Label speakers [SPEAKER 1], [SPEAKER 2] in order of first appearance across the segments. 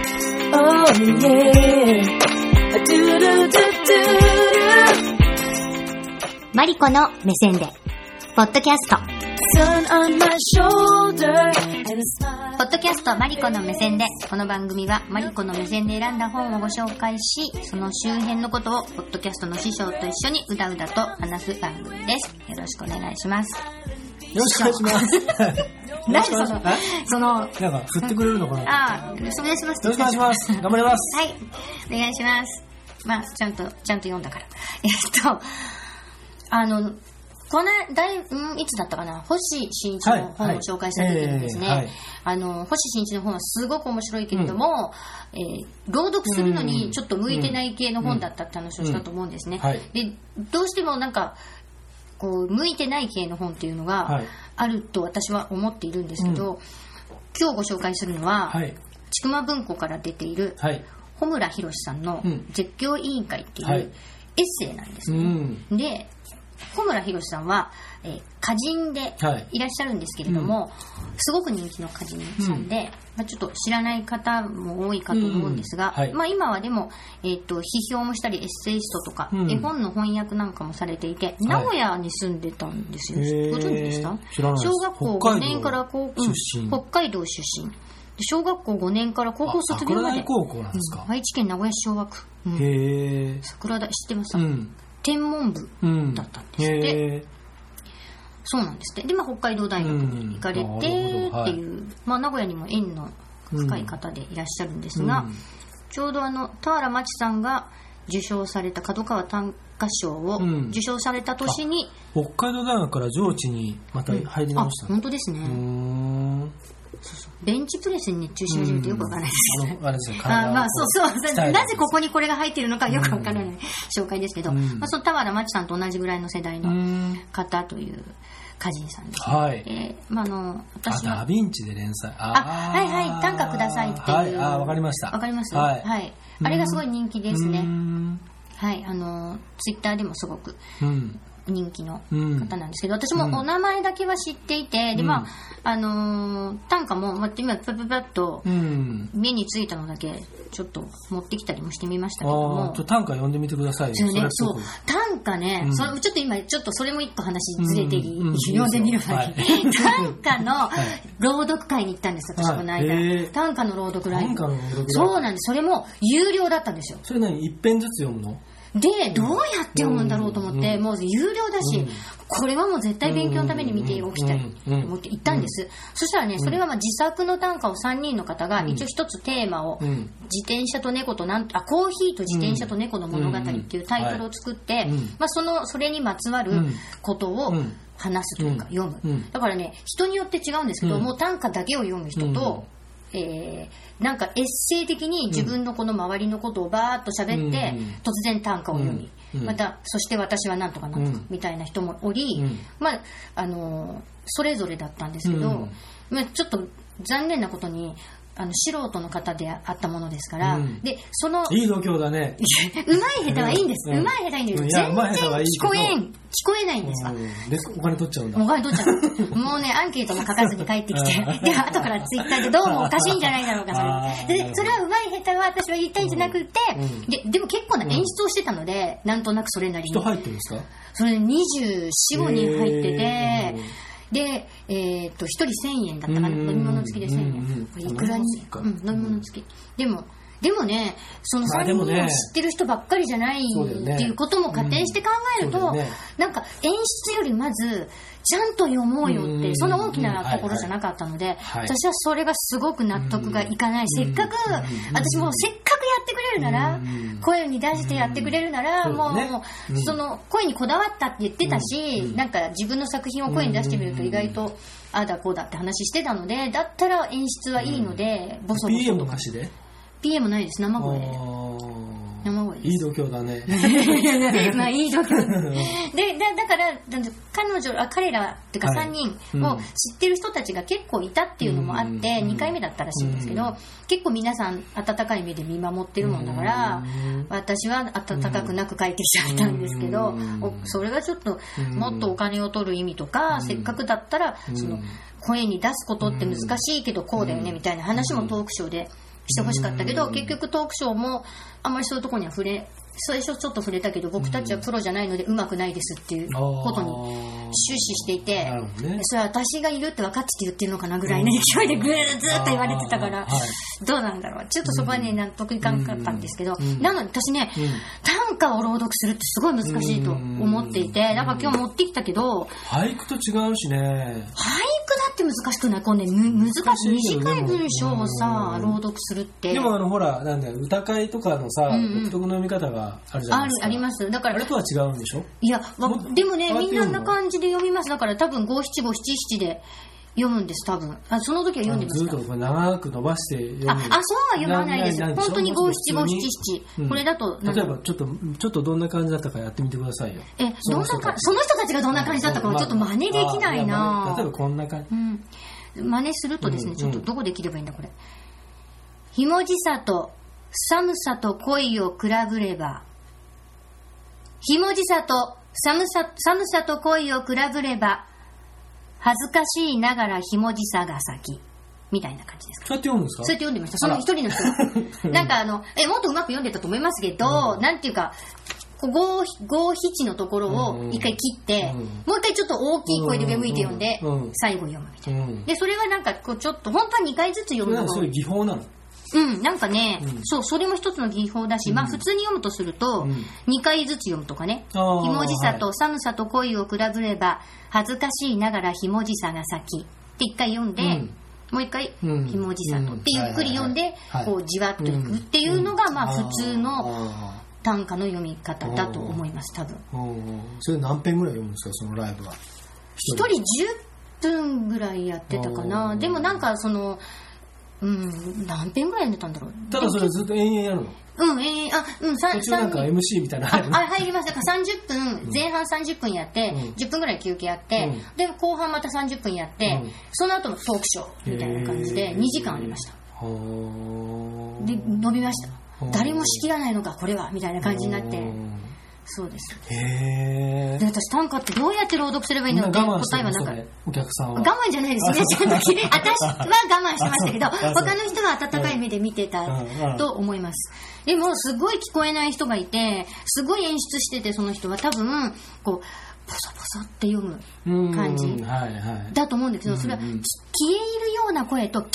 [SPEAKER 1] Oh yeah. Do do do do do.
[SPEAKER 2] マリコの目線で、ポッドキャスト。
[SPEAKER 1] Sun on my shoulder and a
[SPEAKER 2] ポ
[SPEAKER 1] smile.
[SPEAKER 2] ッドキャストマリコの目線で、この番組はマリコの目線で選んだ本をご紹介し、その周辺のことをポッドキャストの師匠と一緒にうだうだと話す番組です。よろしくお願いします。
[SPEAKER 3] よろしくお願いします。
[SPEAKER 2] 何
[SPEAKER 3] よ
[SPEAKER 2] そ
[SPEAKER 3] ろ
[SPEAKER 2] の
[SPEAKER 3] しくお願いし、
[SPEAKER 2] その、
[SPEAKER 3] えなんか、振ってくれるのかなよ
[SPEAKER 2] ああ、よろしくお願いします。
[SPEAKER 3] ろしくお願いします。頑張ります。
[SPEAKER 2] はい、お願いします。まあ、ちゃんと、ちゃんと読んだから。 えっと、あの、このだい、うん、いつだったかな、星新一の本を紹介した時にですね、
[SPEAKER 3] はいはいええは
[SPEAKER 2] あ
[SPEAKER 3] い
[SPEAKER 2] の、星新一の本はすごく面白いけれども、えー朗読するのにちょっと向いてない系の本だったって話をしたと思うんですね。
[SPEAKER 3] うんはい
[SPEAKER 2] で、どうしてもなんか、こう、向いてない系の本っていうのが
[SPEAKER 3] はい
[SPEAKER 2] あると私は思っているんですけど、今日ご紹介するのは、
[SPEAKER 3] はい。
[SPEAKER 2] 千曲文庫から出ている、
[SPEAKER 3] はい。
[SPEAKER 2] 穂村博さんの
[SPEAKER 3] うん
[SPEAKER 2] 「絶叫委員会」っていう
[SPEAKER 3] は
[SPEAKER 2] エ
[SPEAKER 3] い
[SPEAKER 2] ッセイなんです
[SPEAKER 3] う
[SPEAKER 2] ね、
[SPEAKER 3] ん。
[SPEAKER 2] で穂村博さんは、えー歌人で
[SPEAKER 3] はい
[SPEAKER 2] いらっしゃるんですけれども、すごく人気の歌人さんで、まあ、ちょっと知らない方も多いかと思うんですが、
[SPEAKER 3] うんはい
[SPEAKER 2] まあ、今はでも、えー、と批評もしたりエッセイストとか、
[SPEAKER 3] うん
[SPEAKER 2] 絵本の翻訳なんかもされていて名古屋に住んでたんですよ、
[SPEAKER 3] へー
[SPEAKER 2] ご存知でした
[SPEAKER 3] 知らないです
[SPEAKER 2] 小学校
[SPEAKER 3] 北
[SPEAKER 2] 5
[SPEAKER 3] 海道
[SPEAKER 2] 年から高校
[SPEAKER 3] 出身
[SPEAKER 2] 北海道出身で小学校5年から高校卒業ま
[SPEAKER 3] あ桜
[SPEAKER 2] で
[SPEAKER 3] 台高校なんですか。
[SPEAKER 2] 愛知県名古屋市小学区、うん
[SPEAKER 3] へえ。
[SPEAKER 2] 桜田知ってます、
[SPEAKER 3] うん。
[SPEAKER 2] 天文部
[SPEAKER 3] うん。
[SPEAKER 2] だったんですって
[SPEAKER 3] へえ。
[SPEAKER 2] そうなんですってで、まあ、北海道大学に行かれて
[SPEAKER 3] うん
[SPEAKER 2] って
[SPEAKER 3] なるほどはい
[SPEAKER 2] いう、まあ、名古屋にも縁の深い方でいらっしゃるんですが、
[SPEAKER 3] うん
[SPEAKER 2] ちょうどあの田原町さんが受賞された角川短歌賞を
[SPEAKER 3] うん
[SPEAKER 2] 受賞された年に、
[SPEAKER 3] 北海道大学から上智にまた入り
[SPEAKER 2] あ
[SPEAKER 3] 直した
[SPEAKER 2] 本
[SPEAKER 3] の。
[SPEAKER 2] 当ですね、
[SPEAKER 3] うーん。
[SPEAKER 2] ベンチプレスに熱中し始めてよくわからないです
[SPEAKER 3] あの、あれですね、体
[SPEAKER 2] あ
[SPEAKER 3] を
[SPEAKER 2] まあ、そうそう。
[SPEAKER 3] 鍛える
[SPEAKER 2] なぜここにこれが入ってるのかよくわからない、紹介ですけど、
[SPEAKER 3] うん
[SPEAKER 2] まあ、その田原町さんと同じぐらいの世代
[SPEAKER 3] う
[SPEAKER 2] の
[SPEAKER 3] ん。
[SPEAKER 2] 方という歌人さんです、ね
[SPEAKER 3] はい。
[SPEAKER 2] えーまあ、あの
[SPEAKER 3] あ、
[SPEAKER 2] 私は
[SPEAKER 3] ダヴィンチで連載。あ
[SPEAKER 2] あはいはい短歌くださいっていう
[SPEAKER 3] はい、あ、わかりました。
[SPEAKER 2] わかります
[SPEAKER 3] は
[SPEAKER 2] はい、
[SPEAKER 3] い。うん
[SPEAKER 2] あれがすごい人気です
[SPEAKER 3] うー
[SPEAKER 2] ね
[SPEAKER 3] ん
[SPEAKER 2] はいあのツイッターでもすごく
[SPEAKER 3] うん。
[SPEAKER 2] 人気の
[SPEAKER 3] うん
[SPEAKER 2] 方なんですけど、私も
[SPEAKER 3] うん
[SPEAKER 2] お名前だけは知っていて、で
[SPEAKER 3] うん
[SPEAKER 2] まああのー短歌もまあ今パッパッパッと
[SPEAKER 3] うん。
[SPEAKER 2] 目についたのだけちょっと持ってきたりもしてみました
[SPEAKER 3] あ
[SPEAKER 2] けども
[SPEAKER 3] ーちょっと短歌読んでみてくださいよ。
[SPEAKER 2] そうね
[SPEAKER 3] れ、す
[SPEAKER 2] そ
[SPEAKER 3] ご
[SPEAKER 2] う
[SPEAKER 3] く。
[SPEAKER 2] 短歌ね、
[SPEAKER 3] うん
[SPEAKER 2] それちょっと今、ちょっとそれも一個話ずれていい、
[SPEAKER 3] うんうん
[SPEAKER 2] 読んでみるわけ。
[SPEAKER 3] いいで
[SPEAKER 2] 短歌の
[SPEAKER 3] はい
[SPEAKER 2] 朗読会に行ったんです、私、
[SPEAKER 3] はい
[SPEAKER 2] この間、
[SPEAKER 3] へー
[SPEAKER 2] 短歌の朗読ライブ。
[SPEAKER 3] 短歌の朗読ライブ
[SPEAKER 2] そうなんです、それも有料だったんですよ。
[SPEAKER 3] それ何一編ずつ読むの
[SPEAKER 2] で、どうやって読むんだろうと思って、
[SPEAKER 3] うん
[SPEAKER 2] もう有料だし、
[SPEAKER 3] うん
[SPEAKER 2] これはもう絶対勉強のために見ておきたいと思って行ったんです。そしたらね、それはまあ自作の短歌を3人の方が、一応一つテーマを、
[SPEAKER 3] うん。
[SPEAKER 2] 自転車と猫となんあコーヒーと自転車と猫の物語っていうタイトルを作って、
[SPEAKER 3] うんうん
[SPEAKER 2] まあ、そのそれにまつわる
[SPEAKER 3] うん
[SPEAKER 2] ことを
[SPEAKER 3] うん
[SPEAKER 2] 話すというか、
[SPEAKER 3] うん
[SPEAKER 2] 読む、
[SPEAKER 3] うん
[SPEAKER 2] だからね人によって違うんですけど、
[SPEAKER 3] うん
[SPEAKER 2] もう短歌だけを読む人と、えーなんかエッセイ的に自分のこの周りのことをバーっと喋って、
[SPEAKER 3] うん
[SPEAKER 2] 突然短歌を読み、
[SPEAKER 3] うんうん
[SPEAKER 2] またそして私はなんとかなんと
[SPEAKER 3] う
[SPEAKER 2] か
[SPEAKER 3] ん
[SPEAKER 2] みたいな人もおり、
[SPEAKER 3] うん
[SPEAKER 2] まああのーそれぞれだったんですけど、
[SPEAKER 3] うん
[SPEAKER 2] まあ、ちょっと残念なことにあの素人の方であったものですから、
[SPEAKER 3] うん
[SPEAKER 2] でそのうま
[SPEAKER 3] いい度胸だね。
[SPEAKER 2] い下手はいいんです、う
[SPEAKER 3] うん
[SPEAKER 2] まい下手はいいんです
[SPEAKER 3] い
[SPEAKER 2] 全
[SPEAKER 3] や
[SPEAKER 2] 然
[SPEAKER 3] うまい下手はいい
[SPEAKER 2] 聞
[SPEAKER 3] けど
[SPEAKER 2] こえん聞こえないんですか
[SPEAKER 3] うんで、お金取っちゃうんだ
[SPEAKER 2] もう。ガイドちゃん、もうね、アンケートも書かずに帰ってき て、で、後からツイッターでどうもおかしいんじゃないだろうか
[SPEAKER 3] あ、
[SPEAKER 2] そ
[SPEAKER 3] ー
[SPEAKER 2] れ。
[SPEAKER 3] な
[SPEAKER 2] で、
[SPEAKER 3] るほど
[SPEAKER 2] それはうまい下手は私は言いたいんじゃなくて、
[SPEAKER 3] うん
[SPEAKER 2] で、でも結構な演出をしてたので、なんとなくそれなり
[SPEAKER 3] 人
[SPEAKER 2] に。
[SPEAKER 3] 入ってるんですか
[SPEAKER 2] それで24、5人入ってて、
[SPEAKER 3] へー
[SPEAKER 2] で、えーっと、1人1000円だったかな。
[SPEAKER 3] うん
[SPEAKER 2] 飲み物付きで1000円。こ
[SPEAKER 3] うん
[SPEAKER 2] れいくらに
[SPEAKER 3] 飲み物付き、
[SPEAKER 2] う
[SPEAKER 3] か
[SPEAKER 2] ん、飲み物付き。でも、でもね、その
[SPEAKER 3] ま
[SPEAKER 2] 3
[SPEAKER 3] あで
[SPEAKER 2] 人を
[SPEAKER 3] も
[SPEAKER 2] 知
[SPEAKER 3] ね
[SPEAKER 2] ってる人ばっかりじゃない
[SPEAKER 3] そうだよね
[SPEAKER 2] っていうことも仮定して考える
[SPEAKER 3] うん
[SPEAKER 2] と
[SPEAKER 3] そうだよね、
[SPEAKER 2] なんか演出よりまず、ちゃんと読もうよっ
[SPEAKER 3] う
[SPEAKER 2] て、
[SPEAKER 3] ん
[SPEAKER 2] そんな大きなところじゃなかったので、
[SPEAKER 3] はい
[SPEAKER 2] 私はそれがすごく納得がいかない。せっかく、私もうせっかくやってくれるなら
[SPEAKER 3] うん、
[SPEAKER 2] 声に出してやってくれるなら、
[SPEAKER 3] うん
[SPEAKER 2] もう、
[SPEAKER 3] そうだね
[SPEAKER 2] もう
[SPEAKER 3] うん
[SPEAKER 2] その声にこだわったって言ってたし、なんか自分の作品を声に出してみると意外と、ああだこうだって話してたので、だったら演出はいいので、ボソボソ
[SPEAKER 3] ?PM の
[SPEAKER 2] とか
[SPEAKER 3] 歌。詞で
[SPEAKER 2] PM ないです、生声で。
[SPEAKER 3] あ
[SPEAKER 2] 生声
[SPEAKER 3] ー
[SPEAKER 2] です
[SPEAKER 3] いい度胸だね。
[SPEAKER 2] まあいいとこでだだからなんて彼女あ彼らっていうか
[SPEAKER 3] はい
[SPEAKER 2] 3人を
[SPEAKER 3] うん
[SPEAKER 2] 知ってる人たちが結構いたっていうのもあって、
[SPEAKER 3] うん
[SPEAKER 2] 2回目だったらしいんですけど、
[SPEAKER 3] う
[SPEAKER 2] 結構皆さん温かい目で見守ってるもんだから、
[SPEAKER 3] うん
[SPEAKER 2] 私は温かくなく帰ってきちゃったんですけど、
[SPEAKER 3] うん
[SPEAKER 2] おそれがちょっと
[SPEAKER 3] うん
[SPEAKER 2] もっとお金を取る意味とか、せっかくだったらその声に出すことって難しいけどこうだよねみたいな話もトークショーで。してほしかったけど、結局トークショーもあんまりそういうところには触れ最初ちょっと触れたけど僕たちはプロじゃないのでうまくないですっていうことに
[SPEAKER 3] に
[SPEAKER 2] 終始していて
[SPEAKER 3] なるほどね
[SPEAKER 2] それは私がいるって分かってて言ってるのかなぐらいの勢いでぐーずーっと言われてたから
[SPEAKER 3] あーはい
[SPEAKER 2] どうなんだろうちょっとそこはね納得いかなかったんですけど
[SPEAKER 3] うん
[SPEAKER 2] なので私ね
[SPEAKER 3] うん
[SPEAKER 2] 短歌を朗読するってすごい難しいと思っていてだから今日持ってきたけど
[SPEAKER 3] 俳句と違うし
[SPEAKER 2] 俳
[SPEAKER 3] ね
[SPEAKER 2] 句だって難しくないこうねむ難しい
[SPEAKER 3] 難しいよね
[SPEAKER 2] 短い文章をさ
[SPEAKER 3] うん
[SPEAKER 2] 朗読するって
[SPEAKER 3] でもあのほらなんだよ歌会とかのさ、
[SPEAKER 2] うんうん
[SPEAKER 3] 独特の読み方があるじゃな
[SPEAKER 2] あ
[SPEAKER 3] い
[SPEAKER 2] る
[SPEAKER 3] ですか
[SPEAKER 2] ありますだか
[SPEAKER 3] あ
[SPEAKER 2] ら
[SPEAKER 3] れとは違うんでしょ
[SPEAKER 2] いや、わ
[SPEAKER 3] も
[SPEAKER 2] でもね、
[SPEAKER 3] 変わっ
[SPEAKER 2] み
[SPEAKER 3] て
[SPEAKER 2] ん
[SPEAKER 3] る
[SPEAKER 2] な
[SPEAKER 3] の
[SPEAKER 2] あんな感じで読みます。だから多分五七五七七で読むんです、多分。あ、その時は読んでま
[SPEAKER 3] ず
[SPEAKER 2] し
[SPEAKER 3] ったと。これ長く伸ばして読む
[SPEAKER 2] あ、あ、そうは読まないです。
[SPEAKER 3] な
[SPEAKER 2] 本当に
[SPEAKER 3] な
[SPEAKER 2] 五
[SPEAKER 3] んでし
[SPEAKER 2] 七五
[SPEAKER 3] ょ
[SPEAKER 2] 七七
[SPEAKER 3] う。ん
[SPEAKER 2] これだと、なん
[SPEAKER 3] 例
[SPEAKER 2] だろ
[SPEAKER 3] えば
[SPEAKER 2] う
[SPEAKER 3] ちょっとちょっとどんな感じだったかやってみてくださいよ
[SPEAKER 2] え、どんなか、その人たちがどんな感じだったかはちょっと真似できない
[SPEAKER 3] まあ
[SPEAKER 2] な
[SPEAKER 3] 例えばこんな感じ
[SPEAKER 2] うん。真似するとですね、
[SPEAKER 3] うん
[SPEAKER 2] ちょっとどこで切ればいいんだ、これ。ひもじさと寒さと恋を比べれば、ひもじさと寒さ寒さと恋を比べれば、恥ずかしいながらひもじさが先。みたいな感じですか。
[SPEAKER 3] そうやって読むんですか
[SPEAKER 2] そうやって読んでました。その一人の人が。なんかあの、え、もっとうまく読んでたと思いますけど、なんていうか、こう五五七のところ
[SPEAKER 3] うん
[SPEAKER 2] を
[SPEAKER 3] うん
[SPEAKER 2] 一回切って、
[SPEAKER 3] うん
[SPEAKER 2] もう一回ちょっと大きい声で上向いて読んで、
[SPEAKER 3] うんうん
[SPEAKER 2] 最後読むみたいな。
[SPEAKER 3] うん
[SPEAKER 2] で、それはなんかこうちょっと、本当は2回ずつ読む
[SPEAKER 3] なん
[SPEAKER 2] の
[SPEAKER 3] か
[SPEAKER 2] が
[SPEAKER 3] そういう技法なの
[SPEAKER 2] うん、なんかね、
[SPEAKER 3] うん
[SPEAKER 2] そう、それも一つの技法だし、まあ普通に読むとすると、
[SPEAKER 3] うん
[SPEAKER 2] 2回ずつ読むとかね、ひ
[SPEAKER 3] あー
[SPEAKER 2] もじさと寒さと恋を比べれば、恥ずかしいながらひもじさが先って1回読んで、
[SPEAKER 3] うん
[SPEAKER 2] もう1回、
[SPEAKER 3] うん
[SPEAKER 2] ひもじさとって
[SPEAKER 3] うん
[SPEAKER 2] ゆっくり読んで、
[SPEAKER 3] はいはいはい
[SPEAKER 2] こうじわっといくっていうのが、まあ普通の
[SPEAKER 3] あ
[SPEAKER 2] 短歌の読み方だと思います、多分。
[SPEAKER 3] ーうんそれ何編ぐらい読むんですかそのライブは一
[SPEAKER 2] 一人10分ぐらいやってたか
[SPEAKER 3] お
[SPEAKER 2] な
[SPEAKER 3] ー
[SPEAKER 2] でもなんかそのうん何編ぐらいやってたんだろう
[SPEAKER 3] ただそれずっと延々やるの
[SPEAKER 2] うんええあうんさ
[SPEAKER 3] 途中なん
[SPEAKER 2] 三
[SPEAKER 3] か
[SPEAKER 2] 人
[SPEAKER 3] MC みたいな
[SPEAKER 2] あ
[SPEAKER 3] の 入るの
[SPEAKER 2] あ入りましただから30分前半30分やって、
[SPEAKER 3] うん
[SPEAKER 2] 10分ぐらい休憩やって、
[SPEAKER 3] うん
[SPEAKER 2] で後半また30分やって、
[SPEAKER 3] うん
[SPEAKER 2] その後のトークショーみたいな感じ
[SPEAKER 3] へ
[SPEAKER 2] で
[SPEAKER 3] ー
[SPEAKER 2] 2時間ありました
[SPEAKER 3] ほー
[SPEAKER 2] で伸びました
[SPEAKER 3] うん
[SPEAKER 2] 誰も仕切らないのかこれはみたいな感じになって
[SPEAKER 3] うん
[SPEAKER 2] そうです
[SPEAKER 3] へ
[SPEAKER 2] で私短歌ってどうやって朗読すればいいのって答えはなかった
[SPEAKER 3] ねお客さんは。
[SPEAKER 2] 我慢じゃないですね、その時。 私は我慢しましたけど、
[SPEAKER 3] あそう
[SPEAKER 2] 他の人は温かい目で見てた
[SPEAKER 3] うんうん
[SPEAKER 2] と思います。でも、すごい聞こえない人がいて、すごい演出してて、その人は多分、こう、ポソポソって読む
[SPEAKER 3] うん
[SPEAKER 2] 感じ
[SPEAKER 3] はいはい。
[SPEAKER 2] だと思うんだけど、それはき
[SPEAKER 3] うん
[SPEAKER 2] 消
[SPEAKER 3] う
[SPEAKER 2] え
[SPEAKER 3] ん
[SPEAKER 2] 入るような声と聞こ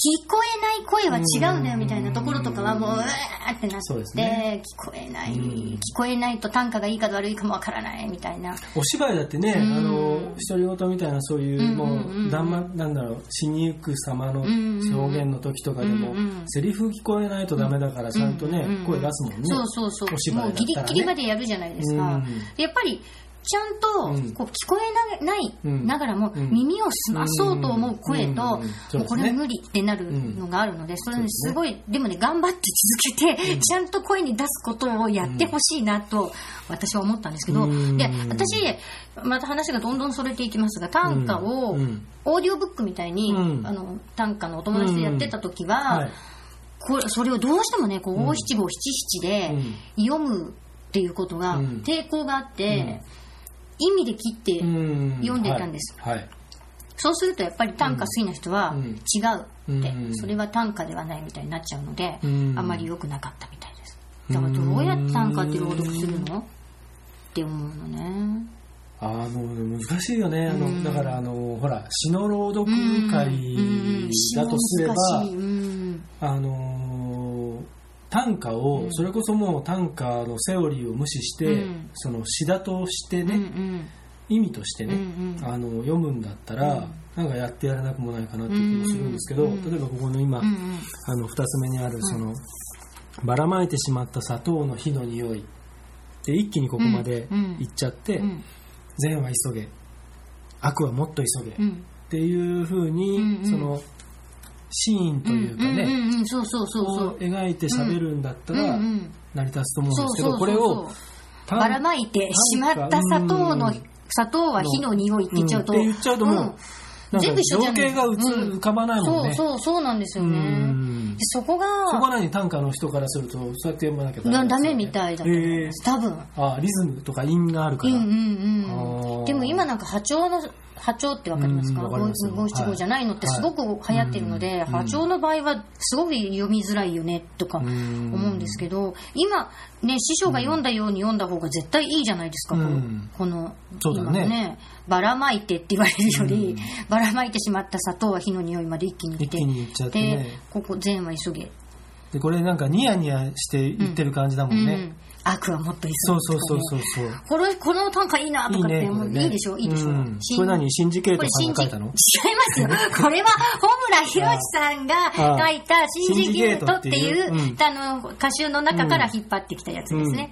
[SPEAKER 2] えない声は違うんだよみたいなところとかはもう、うわーってなっ
[SPEAKER 3] そうです
[SPEAKER 2] て、
[SPEAKER 3] ね
[SPEAKER 2] 聞こえない、
[SPEAKER 3] うん
[SPEAKER 2] 聞こえないと単価がいいか悪いかもわからないみたいな。
[SPEAKER 3] お芝居だってね、
[SPEAKER 2] ん
[SPEAKER 3] あの、独り言みたいなそういう、
[SPEAKER 2] うん
[SPEAKER 3] も
[SPEAKER 2] うんうん
[SPEAKER 3] う、だんま、なんだろう、死にゆく様の
[SPEAKER 2] んうんうん
[SPEAKER 3] 表現の時とかでも、
[SPEAKER 2] うんうん
[SPEAKER 3] セリフ聞こえないとダメだから、ちゃんとね、
[SPEAKER 2] うんうん
[SPEAKER 3] 声出すもんね。
[SPEAKER 2] そうそうそう、
[SPEAKER 3] お芝
[SPEAKER 2] も
[SPEAKER 3] 居
[SPEAKER 2] う
[SPEAKER 3] だ
[SPEAKER 2] ギ
[SPEAKER 3] っ
[SPEAKER 2] リ
[SPEAKER 3] たら、ね。
[SPEAKER 2] ギリまでやるじゃないですか、
[SPEAKER 3] うん
[SPEAKER 2] やっぱりちゃ
[SPEAKER 3] うんん
[SPEAKER 2] とこう聞こえなない
[SPEAKER 3] うん
[SPEAKER 2] ながらも
[SPEAKER 3] うん
[SPEAKER 2] 耳を澄まそうと思う声と、
[SPEAKER 3] うんうんうんそうですね
[SPEAKER 2] もうこれは無理ってなるのがあるのでそれねすごいでもね頑張って続けて、ちゃんと声に出すことをやってほしいなと私は思ったんですけど、
[SPEAKER 3] うん
[SPEAKER 2] で私また話がどんどんそれていきますが短歌を、
[SPEAKER 3] うんうん
[SPEAKER 2] オーディオブックみたいに、
[SPEAKER 3] うん
[SPEAKER 2] あの短歌のお友達でやってた時は、
[SPEAKER 3] はい。
[SPEAKER 2] これそれをどうしてもねこう五七五七七で読むっていうことが
[SPEAKER 3] うん
[SPEAKER 2] 抵抗があって、
[SPEAKER 3] うん
[SPEAKER 2] 意味で切って、
[SPEAKER 3] うん
[SPEAKER 2] 読んでたんです
[SPEAKER 3] はい。はい
[SPEAKER 2] そうするとやっぱり短歌好きな人は
[SPEAKER 3] う
[SPEAKER 2] 違
[SPEAKER 3] ん
[SPEAKER 2] うって、
[SPEAKER 3] うん
[SPEAKER 2] それは短歌ではないみたいになっちゃうので、
[SPEAKER 3] うん
[SPEAKER 2] あんまり良くなかったみたいですだからどうやって短歌って朗読するのって思うのね
[SPEAKER 3] あの難しいよね、あ
[SPEAKER 2] うん
[SPEAKER 3] のだからあのほら詩の朗読会
[SPEAKER 2] うん
[SPEAKER 3] だとすれば、
[SPEAKER 2] 難しいうん
[SPEAKER 3] あのー短歌を、それこそもう短歌のセオリーを無視して、
[SPEAKER 2] うん
[SPEAKER 3] その詩だとして
[SPEAKER 2] うん
[SPEAKER 3] ね、意味として
[SPEAKER 2] うんう
[SPEAKER 3] ね、
[SPEAKER 2] ん
[SPEAKER 3] あの読むんだったら、なんかやってやらなくもないかなって気もするんですけど、
[SPEAKER 2] うん
[SPEAKER 3] 例えばここの今、
[SPEAKER 2] うんうん
[SPEAKER 3] あの2つ目にあるその、ばらまいてしまった砂糖の火の匂いで一気にここまで
[SPEAKER 2] うん
[SPEAKER 3] いっちゃって、
[SPEAKER 2] うん
[SPEAKER 3] 善は急げ悪はもっと急げ、
[SPEAKER 2] う
[SPEAKER 3] っ
[SPEAKER 2] ん
[SPEAKER 3] ていうふうに、
[SPEAKER 2] うんうん
[SPEAKER 3] そのシーンというかね、
[SPEAKER 2] うんうんうん、そうそうそうそ
[SPEAKER 3] を
[SPEAKER 2] う
[SPEAKER 3] 描いて喋るんだった
[SPEAKER 2] うんう
[SPEAKER 3] ら
[SPEAKER 2] ん
[SPEAKER 3] 成り立つと思うんですけ
[SPEAKER 2] そうそうそうそ
[SPEAKER 3] ど
[SPEAKER 2] う
[SPEAKER 3] これを単
[SPEAKER 2] ばらまいてしまった砂糖の
[SPEAKER 3] うん
[SPEAKER 2] 砂糖は火の匂いって言っちゃうと、
[SPEAKER 3] うんって言っちゃうともうなんか
[SPEAKER 2] 全部一緒じゃ
[SPEAKER 3] 情
[SPEAKER 2] ない
[SPEAKER 3] 景がうつ
[SPEAKER 2] うん
[SPEAKER 3] 浮かばないもん
[SPEAKER 2] そう
[SPEAKER 3] ね。
[SPEAKER 2] そうそうなんですよ
[SPEAKER 3] う
[SPEAKER 2] ね
[SPEAKER 3] んうん
[SPEAKER 2] そこが、
[SPEAKER 3] そこは何短歌の人からするとそうやって読まなきゃ
[SPEAKER 2] いやダメ
[SPEAKER 3] なん
[SPEAKER 2] み
[SPEAKER 3] ですよね
[SPEAKER 2] たいだと思います。多分。
[SPEAKER 3] あリズムとか韻があるか
[SPEAKER 2] うん
[SPEAKER 3] ら、
[SPEAKER 2] うん
[SPEAKER 3] あ
[SPEAKER 2] う
[SPEAKER 3] ー
[SPEAKER 2] ん。でも今なんか波長の、波長ってわかりますか
[SPEAKER 3] うんわかりますよ
[SPEAKER 2] 五七五じゃないのって
[SPEAKER 3] はい
[SPEAKER 2] すごく流行ってるので、
[SPEAKER 3] うん
[SPEAKER 2] 波長の場合はすごく読みづらいよねとか
[SPEAKER 3] う
[SPEAKER 2] 思
[SPEAKER 3] ん
[SPEAKER 2] うんですけど、今ね、師匠が読んだように読んだ方が絶対いいじゃないですか、
[SPEAKER 3] うん
[SPEAKER 2] この、こ
[SPEAKER 3] そ
[SPEAKER 2] の
[SPEAKER 3] う
[SPEAKER 2] 今
[SPEAKER 3] だね
[SPEAKER 2] ね、ばらまいてって言われるより、
[SPEAKER 3] うん
[SPEAKER 2] ばらまいてしまった砂糖は火の匂いまで一気にいって、
[SPEAKER 3] 一気にいっちゃって
[SPEAKER 2] で
[SPEAKER 3] ね、
[SPEAKER 2] ここ善は急げ。
[SPEAKER 3] でこれなんかニヤニヤして言ってる感じだも
[SPEAKER 2] うん
[SPEAKER 3] ね、
[SPEAKER 2] ん。悪はもっと急げとか
[SPEAKER 3] そ
[SPEAKER 2] ね。
[SPEAKER 3] うそうそうそうそう
[SPEAKER 2] これ、この短歌いいなとかって思う。いい,、
[SPEAKER 3] ね
[SPEAKER 2] でしょいいでしょ、
[SPEAKER 3] うん
[SPEAKER 2] 信
[SPEAKER 3] これ何シンジケート
[SPEAKER 2] これ
[SPEAKER 3] さん
[SPEAKER 2] 信
[SPEAKER 3] が
[SPEAKER 2] じ、違
[SPEAKER 3] 書い
[SPEAKER 2] い
[SPEAKER 3] たの
[SPEAKER 2] ます よ。これは、ホムラヒロシさんが
[SPEAKER 3] ああ
[SPEAKER 2] 書いた、シンジゲートってい
[SPEAKER 3] シンジゲートっていう
[SPEAKER 2] う
[SPEAKER 3] う、ん
[SPEAKER 2] あの、歌集の中から引っ張ってきたやつですね。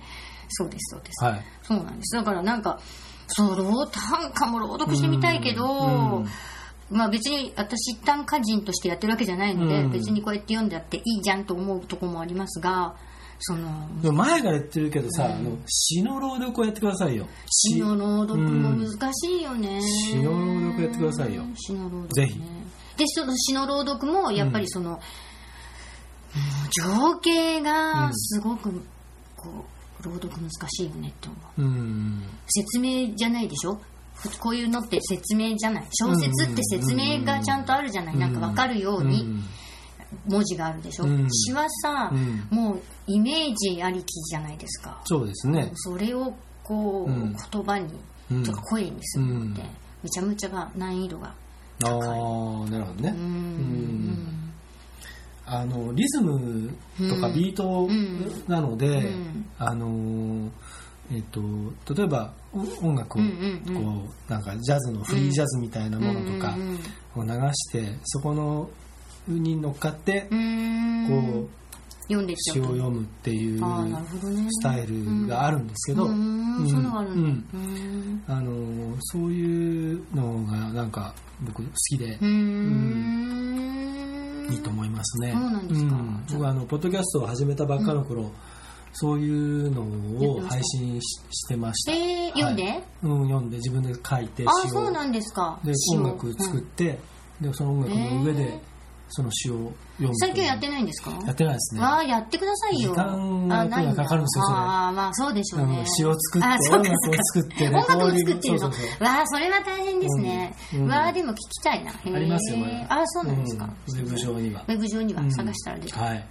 [SPEAKER 2] そうです、そうです、
[SPEAKER 3] はい
[SPEAKER 2] そうなんです。だからなんか、そう、朗短歌も朗読してみたいけど、
[SPEAKER 3] うんうん
[SPEAKER 2] まあ別に私短歌人としてやってるわけじゃないので、
[SPEAKER 3] うん
[SPEAKER 2] 別にこうやって読んだっていいじゃんと思うとこもありますが、その、
[SPEAKER 3] でも前から言ってるけどさ、あの詩の朗読をやってくださいよ
[SPEAKER 2] 詩の朗読も難しいよね、
[SPEAKER 3] 詩の朗読やってくださいよ
[SPEAKER 2] 詩の朗読、ね、
[SPEAKER 3] ぜひ
[SPEAKER 2] でその詩の朗読もやっぱりその、もう情景がすごくこう朗読難しいよねと思う
[SPEAKER 3] うん
[SPEAKER 2] 説明じゃないでしょふこういうのって説明じゃない小説って説明がちゃんとあるじゃない、なんかわかるように、文字があるでしょ、
[SPEAKER 3] うん
[SPEAKER 2] 詩はさ、
[SPEAKER 3] うん
[SPEAKER 2] もうイメージありきじゃないですか
[SPEAKER 3] そうですね
[SPEAKER 2] それをこう、
[SPEAKER 3] うん
[SPEAKER 2] 言葉に、
[SPEAKER 3] うん
[SPEAKER 2] とか声にするのって、
[SPEAKER 3] うん
[SPEAKER 2] むちゃむちゃが難易度が
[SPEAKER 3] ああなるほどね、
[SPEAKER 2] うん
[SPEAKER 3] んあのリズムとか
[SPEAKER 2] うん
[SPEAKER 3] ビート
[SPEAKER 2] ん
[SPEAKER 3] なので、
[SPEAKER 2] うん
[SPEAKER 3] あのーえっと例えばお音楽
[SPEAKER 2] う
[SPEAKER 3] をこ
[SPEAKER 2] んうんうん
[SPEAKER 3] うなんかジャズのフリージャズみたいなものとか
[SPEAKER 2] うんうん
[SPEAKER 3] を流してそこのに乗っかって
[SPEAKER 2] うん
[SPEAKER 3] こ
[SPEAKER 2] うん
[SPEAKER 3] う
[SPEAKER 2] 読んでっち
[SPEAKER 3] 詩
[SPEAKER 2] ゃ
[SPEAKER 3] を
[SPEAKER 2] うと
[SPEAKER 3] 読むっていう
[SPEAKER 2] ああなるほどね
[SPEAKER 3] スタイルがあるんですけど、
[SPEAKER 2] うんうん
[SPEAKER 3] う
[SPEAKER 2] そ
[SPEAKER 3] ん
[SPEAKER 2] ういうのがあるんだ
[SPEAKER 3] うん
[SPEAKER 2] うん
[SPEAKER 3] あのーそういうのがなんか僕好きで
[SPEAKER 2] う
[SPEAKER 3] いいと思いますね。
[SPEAKER 2] そうなんですか
[SPEAKER 3] ん僕はあのポッドキャストを始めたばっかの頃、そういうのを配信ししてました。
[SPEAKER 2] えー読んで、
[SPEAKER 3] はいうん、読んで自分で書いて
[SPEAKER 2] ああそうなんですか
[SPEAKER 3] で
[SPEAKER 2] 詩を
[SPEAKER 3] 音楽作っ
[SPEAKER 2] うん
[SPEAKER 3] て、でその音楽の上
[SPEAKER 2] へ
[SPEAKER 3] で
[SPEAKER 2] ー
[SPEAKER 3] その詩を読む。
[SPEAKER 2] 最近やってないんですか
[SPEAKER 3] やってないですね。
[SPEAKER 2] わあやってくださいよ。
[SPEAKER 3] 時間が
[SPEAKER 2] あないんだ
[SPEAKER 3] かかるんですよそれ
[SPEAKER 2] ああ、まあそうでしょう
[SPEAKER 3] う
[SPEAKER 2] ね
[SPEAKER 3] ん。詩を作って
[SPEAKER 2] あそうか
[SPEAKER 3] 音楽を作ってね
[SPEAKER 2] 音楽を作ってる
[SPEAKER 3] そ
[SPEAKER 2] の。
[SPEAKER 3] うそう
[SPEAKER 2] わあ、それは大変ですね。
[SPEAKER 3] うんうん
[SPEAKER 2] わあ、でも聞きたいな。へー
[SPEAKER 3] ありますよまだ
[SPEAKER 2] ああ、そうなんですか。
[SPEAKER 3] うんウェブ上には
[SPEAKER 2] ウェブ上に
[SPEAKER 3] う
[SPEAKER 2] は
[SPEAKER 3] ん
[SPEAKER 2] 探したら出てくる。
[SPEAKER 3] はい。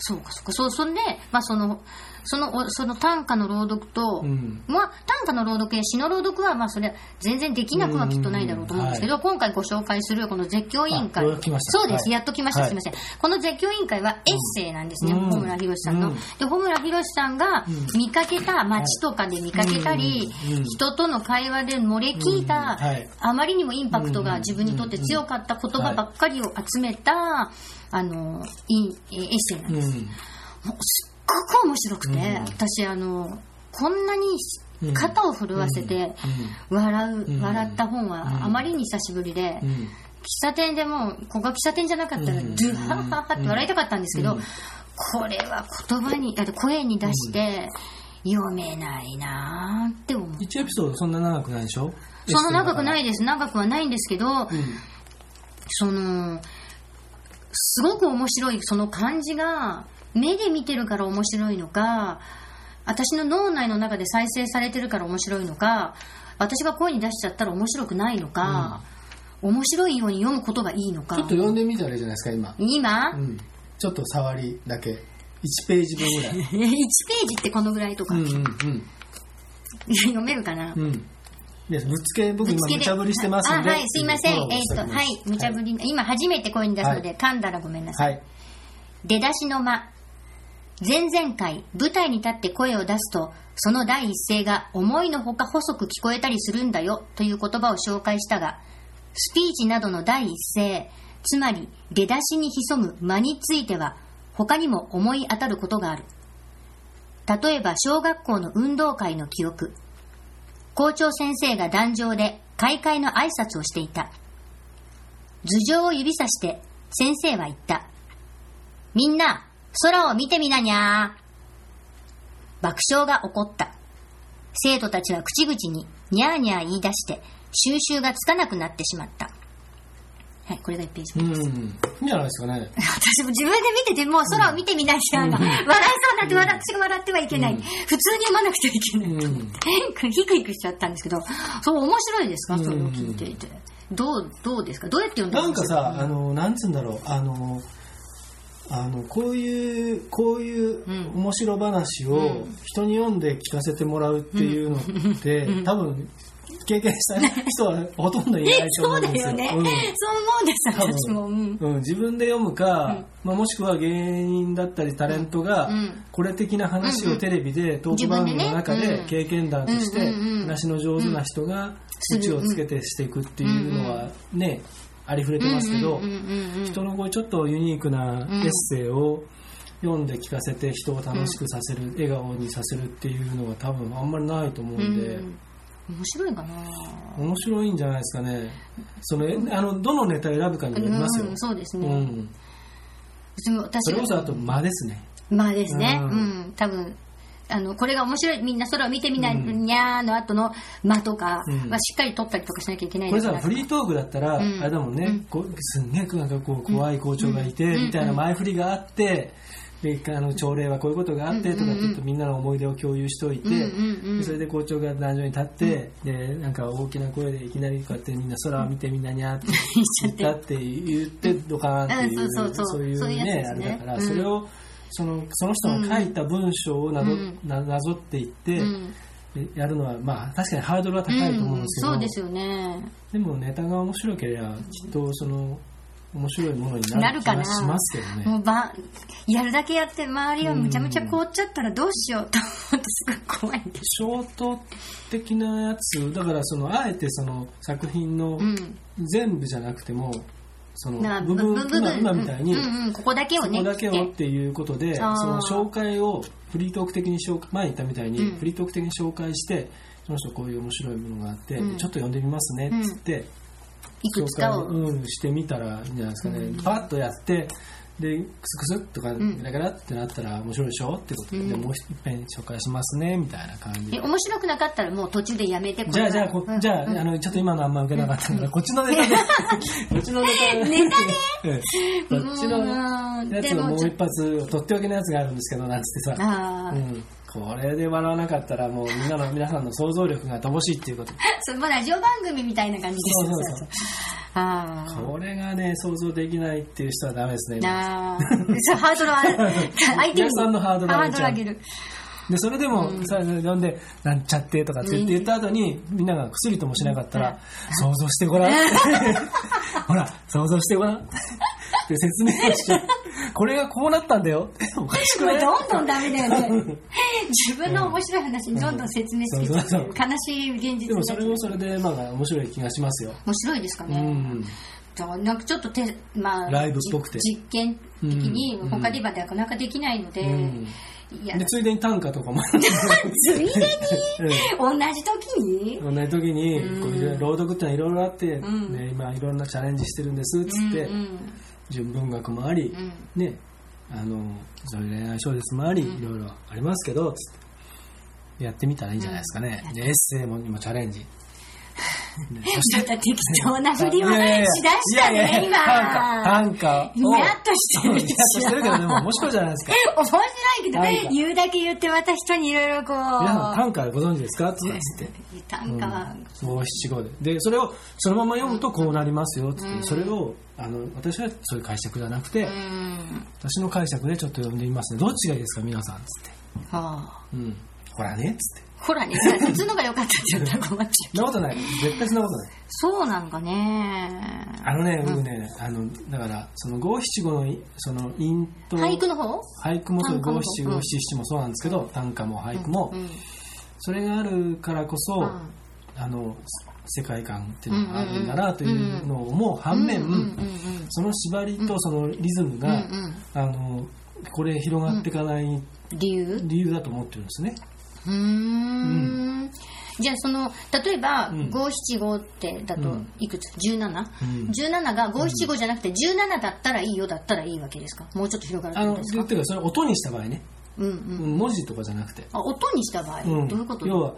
[SPEAKER 2] そうか、そうか。そう、そんで、まあその、その、おその短歌の朗読と、
[SPEAKER 3] うん
[SPEAKER 2] まあ、短歌の朗読や詩の朗読は、まあ、それは全然できなくはきっとないだろうと思うんですけど、今回ご紹介するこの絶叫委員会。
[SPEAKER 3] あようやく来ました
[SPEAKER 2] そうです、
[SPEAKER 3] はい
[SPEAKER 2] やっと来ました、
[SPEAKER 3] はい
[SPEAKER 2] すみません。この絶叫委員会はエッセイなんですね、
[SPEAKER 3] うん
[SPEAKER 2] 穂村博さんの。
[SPEAKER 3] うん
[SPEAKER 2] で、穂村博さんが
[SPEAKER 3] うん
[SPEAKER 2] 見かけた、街とかで見かけたり、
[SPEAKER 3] うんうん
[SPEAKER 2] 人との会話で漏れ聞いた、
[SPEAKER 3] うんはい
[SPEAKER 2] あまりにもインパクトが自分にとって強かった言葉ばっかりを集めた、あの、いいえエッセイなんです。
[SPEAKER 3] うん。
[SPEAKER 2] もうすっごく面白くて、
[SPEAKER 3] うん
[SPEAKER 2] 私あのこんな
[SPEAKER 3] う
[SPEAKER 2] に
[SPEAKER 3] ん
[SPEAKER 2] 肩を震わせて笑う、
[SPEAKER 3] うん
[SPEAKER 2] 笑った本
[SPEAKER 3] うん
[SPEAKER 2] はあまりに久しぶりで、
[SPEAKER 3] うん。うん。
[SPEAKER 2] 喫茶店でもうここが喫茶店じゃなかったら
[SPEAKER 3] うん
[SPEAKER 2] ドゥハッハッハって笑いたかったんですけど、
[SPEAKER 3] うん
[SPEAKER 2] これは言葉にあ声に出して読めないなーって思う。
[SPEAKER 3] 一エピソードそんな長くないでしょ。
[SPEAKER 2] そんな長くないいです。長くはないんですけど、
[SPEAKER 3] うん。
[SPEAKER 2] そのすごく面白いその感じが目で見てるから面白いのか私の脳内の中で再生されてるから面白いのか私が声に出しちゃったら面白くないのか、面白いように読むことがいいのか
[SPEAKER 3] ちょっと読んでみたらいいじゃないですか、今。
[SPEAKER 2] 今、
[SPEAKER 3] うん。ちょっと触りだけ。1ページ分ぐらい。
[SPEAKER 2] 1ページってこのぐらいとか、
[SPEAKER 3] うんうん
[SPEAKER 2] 読めるかな、
[SPEAKER 3] うん。うん。で、ぶっつけ、僕今
[SPEAKER 2] ぶつけ
[SPEAKER 3] 無茶ぶりしてますんで。
[SPEAKER 2] あはいすいません
[SPEAKER 3] フォロー
[SPEAKER 2] えっ
[SPEAKER 3] して
[SPEAKER 2] と
[SPEAKER 3] おきます
[SPEAKER 2] はい無茶ぶり、今初めて声に出すので、噛んだらごめんなさい
[SPEAKER 3] はい。
[SPEAKER 2] 出だしの間。前々回、舞台に立って声を出すと、その第一声が思いのほか細く聞こえたりするんだよという言葉を紹介したが、スピーチなどの第一声、つまり出だしに潜む間については、他にも思い当たることがある。例えば小学校の運動会の記憶。校長先生が壇上で開会の挨拶をしていた。頭上を指さして先生は言った。みんな、空を見てみなにゃー。爆笑が起こった。生徒たちは口々に、にゃーにゃー言い出して、収拾がつかなくなってしまった。はい、これが1ページ
[SPEAKER 3] う
[SPEAKER 2] 目。
[SPEAKER 3] ん。いいんじゃないですかね。
[SPEAKER 2] 私も自分で見てて、もう空を見てみないし、なんか、
[SPEAKER 3] うん
[SPEAKER 2] 笑いそうになって、私が笑ってはいけない。
[SPEAKER 3] うん
[SPEAKER 2] 普通に読まなくてはいけない。
[SPEAKER 3] うん。
[SPEAKER 2] ヒクヒクしちゃったんですけど、そう面白いですか、
[SPEAKER 3] うん
[SPEAKER 2] それを聞いていて。どう、どうですかどうやって読んだ
[SPEAKER 3] なん
[SPEAKER 2] で
[SPEAKER 3] か
[SPEAKER 2] す
[SPEAKER 3] さ、あの、なんつうんだろう、あの、あの、こういう、こういう
[SPEAKER 2] うん
[SPEAKER 3] 面白話
[SPEAKER 2] う
[SPEAKER 3] を
[SPEAKER 2] ん
[SPEAKER 3] 人に読んで聞かせてもらうっていうのって、
[SPEAKER 2] うん
[SPEAKER 3] 多分、経験した人はほとんどいないと
[SPEAKER 2] そ
[SPEAKER 3] 思う
[SPEAKER 2] うんだ
[SPEAKER 3] ですよ。
[SPEAKER 2] よね。 そう
[SPEAKER 3] うん
[SPEAKER 2] 思うんです、私も。うん。
[SPEAKER 3] うん、自分で読むか、
[SPEAKER 2] うん
[SPEAKER 3] まあ、もしくは芸人だったりタレントが、
[SPEAKER 2] うん
[SPEAKER 3] これ的な話をテレビで、トーク番組の中
[SPEAKER 2] 自分でね
[SPEAKER 3] で
[SPEAKER 2] うん
[SPEAKER 3] 経験談として、
[SPEAKER 2] うんうんうん
[SPEAKER 3] 話の上手な人が
[SPEAKER 2] うん
[SPEAKER 3] 口をつけてしていくっていうのはね、ありふれてますけど、
[SPEAKER 2] うんうんうんうん
[SPEAKER 3] 人のこうちょっとユニークなエッセイを読んで聞かせて人を楽しくさせる、笑顔にさせるっていうのは多分あんまりないと思うんで。
[SPEAKER 2] うん面白いかな
[SPEAKER 3] 面白いんじゃないですかね。その、あの、どのネタ選ぶかによりますよ。
[SPEAKER 2] うん、そうです
[SPEAKER 3] う
[SPEAKER 2] ね。
[SPEAKER 3] ん。
[SPEAKER 2] 私も私
[SPEAKER 3] それこそあ
[SPEAKER 2] が
[SPEAKER 3] と間ですね。
[SPEAKER 2] まあですね、う
[SPEAKER 3] うんん、
[SPEAKER 2] 多分あのこれが面白いみんな空を見てみない、
[SPEAKER 3] うん
[SPEAKER 2] にゃーの後の間とか
[SPEAKER 3] うん
[SPEAKER 2] はしっかり取ったりとかしなきゃいけない
[SPEAKER 3] これ
[SPEAKER 2] ですか
[SPEAKER 3] さ
[SPEAKER 2] ら
[SPEAKER 3] フリートークだったら、
[SPEAKER 2] うん
[SPEAKER 3] あれだもんね、
[SPEAKER 2] うん
[SPEAKER 3] こうすんげえなんかこう怖い校長がいて、
[SPEAKER 2] うん
[SPEAKER 3] みたいな前振りがあって、であの朝礼はこういうことがあってとかって言うとみんなの思い出を共有しておいて、
[SPEAKER 2] うんうんうん
[SPEAKER 3] でそれで校長が壇上に立って、でなんか大きな声でいきなりこうやってみんな空を見てみんなにゃーって
[SPEAKER 2] 言
[SPEAKER 3] 言
[SPEAKER 2] っ
[SPEAKER 3] っ
[SPEAKER 2] ちゃ
[SPEAKER 3] た
[SPEAKER 2] っ
[SPEAKER 3] って言ってドカーンっていう、
[SPEAKER 2] うんそうそうそう
[SPEAKER 3] い
[SPEAKER 2] そう
[SPEAKER 3] う
[SPEAKER 2] いうやつで
[SPEAKER 3] ね
[SPEAKER 2] す
[SPEAKER 3] あ
[SPEAKER 2] ね
[SPEAKER 3] れだから、
[SPEAKER 2] うん
[SPEAKER 3] それをそのその人が書いた文章をなぞ,、
[SPEAKER 2] うん
[SPEAKER 3] ななぞっていって、
[SPEAKER 2] て、うん
[SPEAKER 3] やるのはまあ確かにハードルは高いと思うんですけど、
[SPEAKER 2] そうですよね
[SPEAKER 3] でもネタが面白ければきっとその面白いものに
[SPEAKER 2] な
[SPEAKER 3] なる
[SPEAKER 2] る
[SPEAKER 3] 気
[SPEAKER 2] かな
[SPEAKER 3] がしますけどね。
[SPEAKER 2] もうばやるだけやって周りがむちゃむちゃ凍っちゃったらどうしようと思ってすごい怖いんです
[SPEAKER 3] ショート的なやつだからそのあえてその作品の
[SPEAKER 2] うん
[SPEAKER 3] 全部じゃなくてもその
[SPEAKER 2] だから
[SPEAKER 3] 部分今今みたいに
[SPEAKER 2] うんうんうんここだけを
[SPEAKER 3] そ
[SPEAKER 2] ね
[SPEAKER 3] こだけ
[SPEAKER 2] 切
[SPEAKER 3] を
[SPEAKER 2] っ
[SPEAKER 3] ってていうことでそ
[SPEAKER 2] あー
[SPEAKER 3] の紹介をフリートーク的に紹介前に言ったみたいに
[SPEAKER 2] うん
[SPEAKER 3] フリートーク的に紹介してその人こういう面白いものがあってちょ
[SPEAKER 2] うん
[SPEAKER 3] っと読んでみますねっつって
[SPEAKER 2] いくつかを、
[SPEAKER 3] うん、してみたらいいんじゃないですかね、
[SPEAKER 2] うん
[SPEAKER 3] パッとやってでクスクスっとか
[SPEAKER 2] ん
[SPEAKER 3] ガラガラってなったら面白いでしょってことで、
[SPEAKER 2] うん
[SPEAKER 3] でもう一遍紹介しますねみたいな感じ
[SPEAKER 2] え
[SPEAKER 3] で
[SPEAKER 2] 面白くなかったらもう途中でやめてこ
[SPEAKER 3] じゃあ
[SPEAKER 2] れ
[SPEAKER 3] じゃあ
[SPEAKER 2] は
[SPEAKER 3] こ
[SPEAKER 2] うん
[SPEAKER 3] じゃあ,、あのちょっと今のあんま受けなかったから、 こっちのネタでこっちのネタで
[SPEAKER 2] ネタ
[SPEAKER 3] でこっちの
[SPEAKER 2] うん
[SPEAKER 3] やつのも
[SPEAKER 2] で
[SPEAKER 3] う
[SPEAKER 2] も
[SPEAKER 3] 一発とっておきのやつがあるんですけどなんつってさ、
[SPEAKER 2] ああ、
[SPEAKER 3] うん、これで笑わなかったらもうみんなの皆さんの想像力が乏しいっていう こと
[SPEAKER 2] それもラジオ番組みたいな感じですよ
[SPEAKER 3] そうそうそう
[SPEAKER 2] ああ
[SPEAKER 3] これがね想像できないっていう人はダメですね今
[SPEAKER 2] なあ そうハードルは 相手に
[SPEAKER 3] 皆さんのハードルは
[SPEAKER 2] ハードル上げる
[SPEAKER 3] でそれでも、さ読んで「なんちゃって」とかって言って言った後に、みんなが薬ともしなかったら「想像してごらん」 ほら想像してごらん」って説明をして「これがこうなったんだよ」おかしく
[SPEAKER 2] こ
[SPEAKER 3] ない
[SPEAKER 2] れどんどんダメだよね自分の面白い話にどんどん説明してきちゃう
[SPEAKER 3] うん
[SPEAKER 2] 悲しい現
[SPEAKER 3] でもそ
[SPEAKER 2] 実
[SPEAKER 3] れ
[SPEAKER 2] が
[SPEAKER 3] もそれでまあ面白い気がしますよ、
[SPEAKER 2] 面白いですか
[SPEAKER 3] う
[SPEAKER 2] ね、
[SPEAKER 3] ん、
[SPEAKER 2] じゃあなんかちょっとて、まあ、
[SPEAKER 3] ライブっぽくて
[SPEAKER 2] じ実験的に
[SPEAKER 3] うん
[SPEAKER 2] 他ではなかなかできないので、
[SPEAKER 3] うん
[SPEAKER 2] いや
[SPEAKER 3] でついでに短歌 とかも
[SPEAKER 2] つ いでに
[SPEAKER 3] うん
[SPEAKER 2] 同じ時に
[SPEAKER 3] 同じ時にこういう朗読ってのはいろいろあって、
[SPEAKER 2] うん
[SPEAKER 3] ね、今いろんなチャレンジしてるんですっつって、
[SPEAKER 2] うんうん
[SPEAKER 3] 純文学もあり、
[SPEAKER 2] うん
[SPEAKER 3] ね、あのそういう恋愛小説もあり、いろいろありますけどつってやってみたらいいんじゃないですかね、でエッセイも今チャレンジねそし
[SPEAKER 2] ちょっと適当な振りを
[SPEAKER 3] い
[SPEAKER 2] し
[SPEAKER 3] やいやいや
[SPEAKER 2] だした
[SPEAKER 3] いや
[SPEAKER 2] ね
[SPEAKER 3] いや
[SPEAKER 2] 今
[SPEAKER 3] 短歌短歌を
[SPEAKER 2] ニヤッとしてるでしょ
[SPEAKER 3] ニヤッとしてるけどでも面白いじゃな いですか
[SPEAKER 2] 面白いけ
[SPEAKER 3] な
[SPEAKER 2] ど
[SPEAKER 3] んか
[SPEAKER 2] 言うだけ言ってまた人にいろいろこう
[SPEAKER 3] 皆さん短歌ご存知ですかつって
[SPEAKER 2] 短歌は
[SPEAKER 3] 五七五ででそれをそのまま読むとこうなりますよつって、
[SPEAKER 2] うん
[SPEAKER 3] それをあの私はそういう解釈じゃなくて、
[SPEAKER 2] うん
[SPEAKER 3] 私の解釈でちょっと読んでみますねどっちがいいですか皆さんつって、
[SPEAKER 2] はあ
[SPEAKER 3] うん、ほらねつって
[SPEAKER 2] ほらね普通のが良かったって言ったら困っちゃう
[SPEAKER 3] そんなことない。絶対そんなことない。
[SPEAKER 2] そうなんかね
[SPEAKER 3] あのね、僕ね、あの、だから、その五七五のい、その、陰と、
[SPEAKER 2] 俳句の方
[SPEAKER 3] 俳句もそう、
[SPEAKER 2] 短歌も
[SPEAKER 3] 五七
[SPEAKER 2] うん
[SPEAKER 3] 五七七もそうなんですけど、短歌も俳句も
[SPEAKER 2] う、ん
[SPEAKER 3] それがあるからこそ、
[SPEAKER 2] うん
[SPEAKER 3] あの、世界観っていうのがあるんだなというのをもう
[SPEAKER 2] う
[SPEAKER 3] 反
[SPEAKER 2] んうん
[SPEAKER 3] 面、
[SPEAKER 2] うんうん
[SPEAKER 3] その縛りとそのリズム
[SPEAKER 2] うんう
[SPEAKER 3] が、
[SPEAKER 2] ん
[SPEAKER 3] あの、これ広がっていかない
[SPEAKER 2] 理由
[SPEAKER 3] 理由だと思ってるんですね。
[SPEAKER 2] うーんじゃあその例えば
[SPEAKER 3] うん
[SPEAKER 2] 五七五ってだと
[SPEAKER 3] うん
[SPEAKER 2] いくつ 17?17
[SPEAKER 3] うん
[SPEAKER 2] が五七五じゃなくて17だったらいいよだったらいいわけですかもうちょっと広がるって
[SPEAKER 3] あ
[SPEAKER 2] こと
[SPEAKER 3] の、
[SPEAKER 2] ですか
[SPEAKER 3] ていうか、それを音にした場合ね。
[SPEAKER 2] うんうん
[SPEAKER 3] 文字とかじゃなくて。
[SPEAKER 2] あ音にした場合
[SPEAKER 3] うん
[SPEAKER 2] どういうこと
[SPEAKER 3] 要は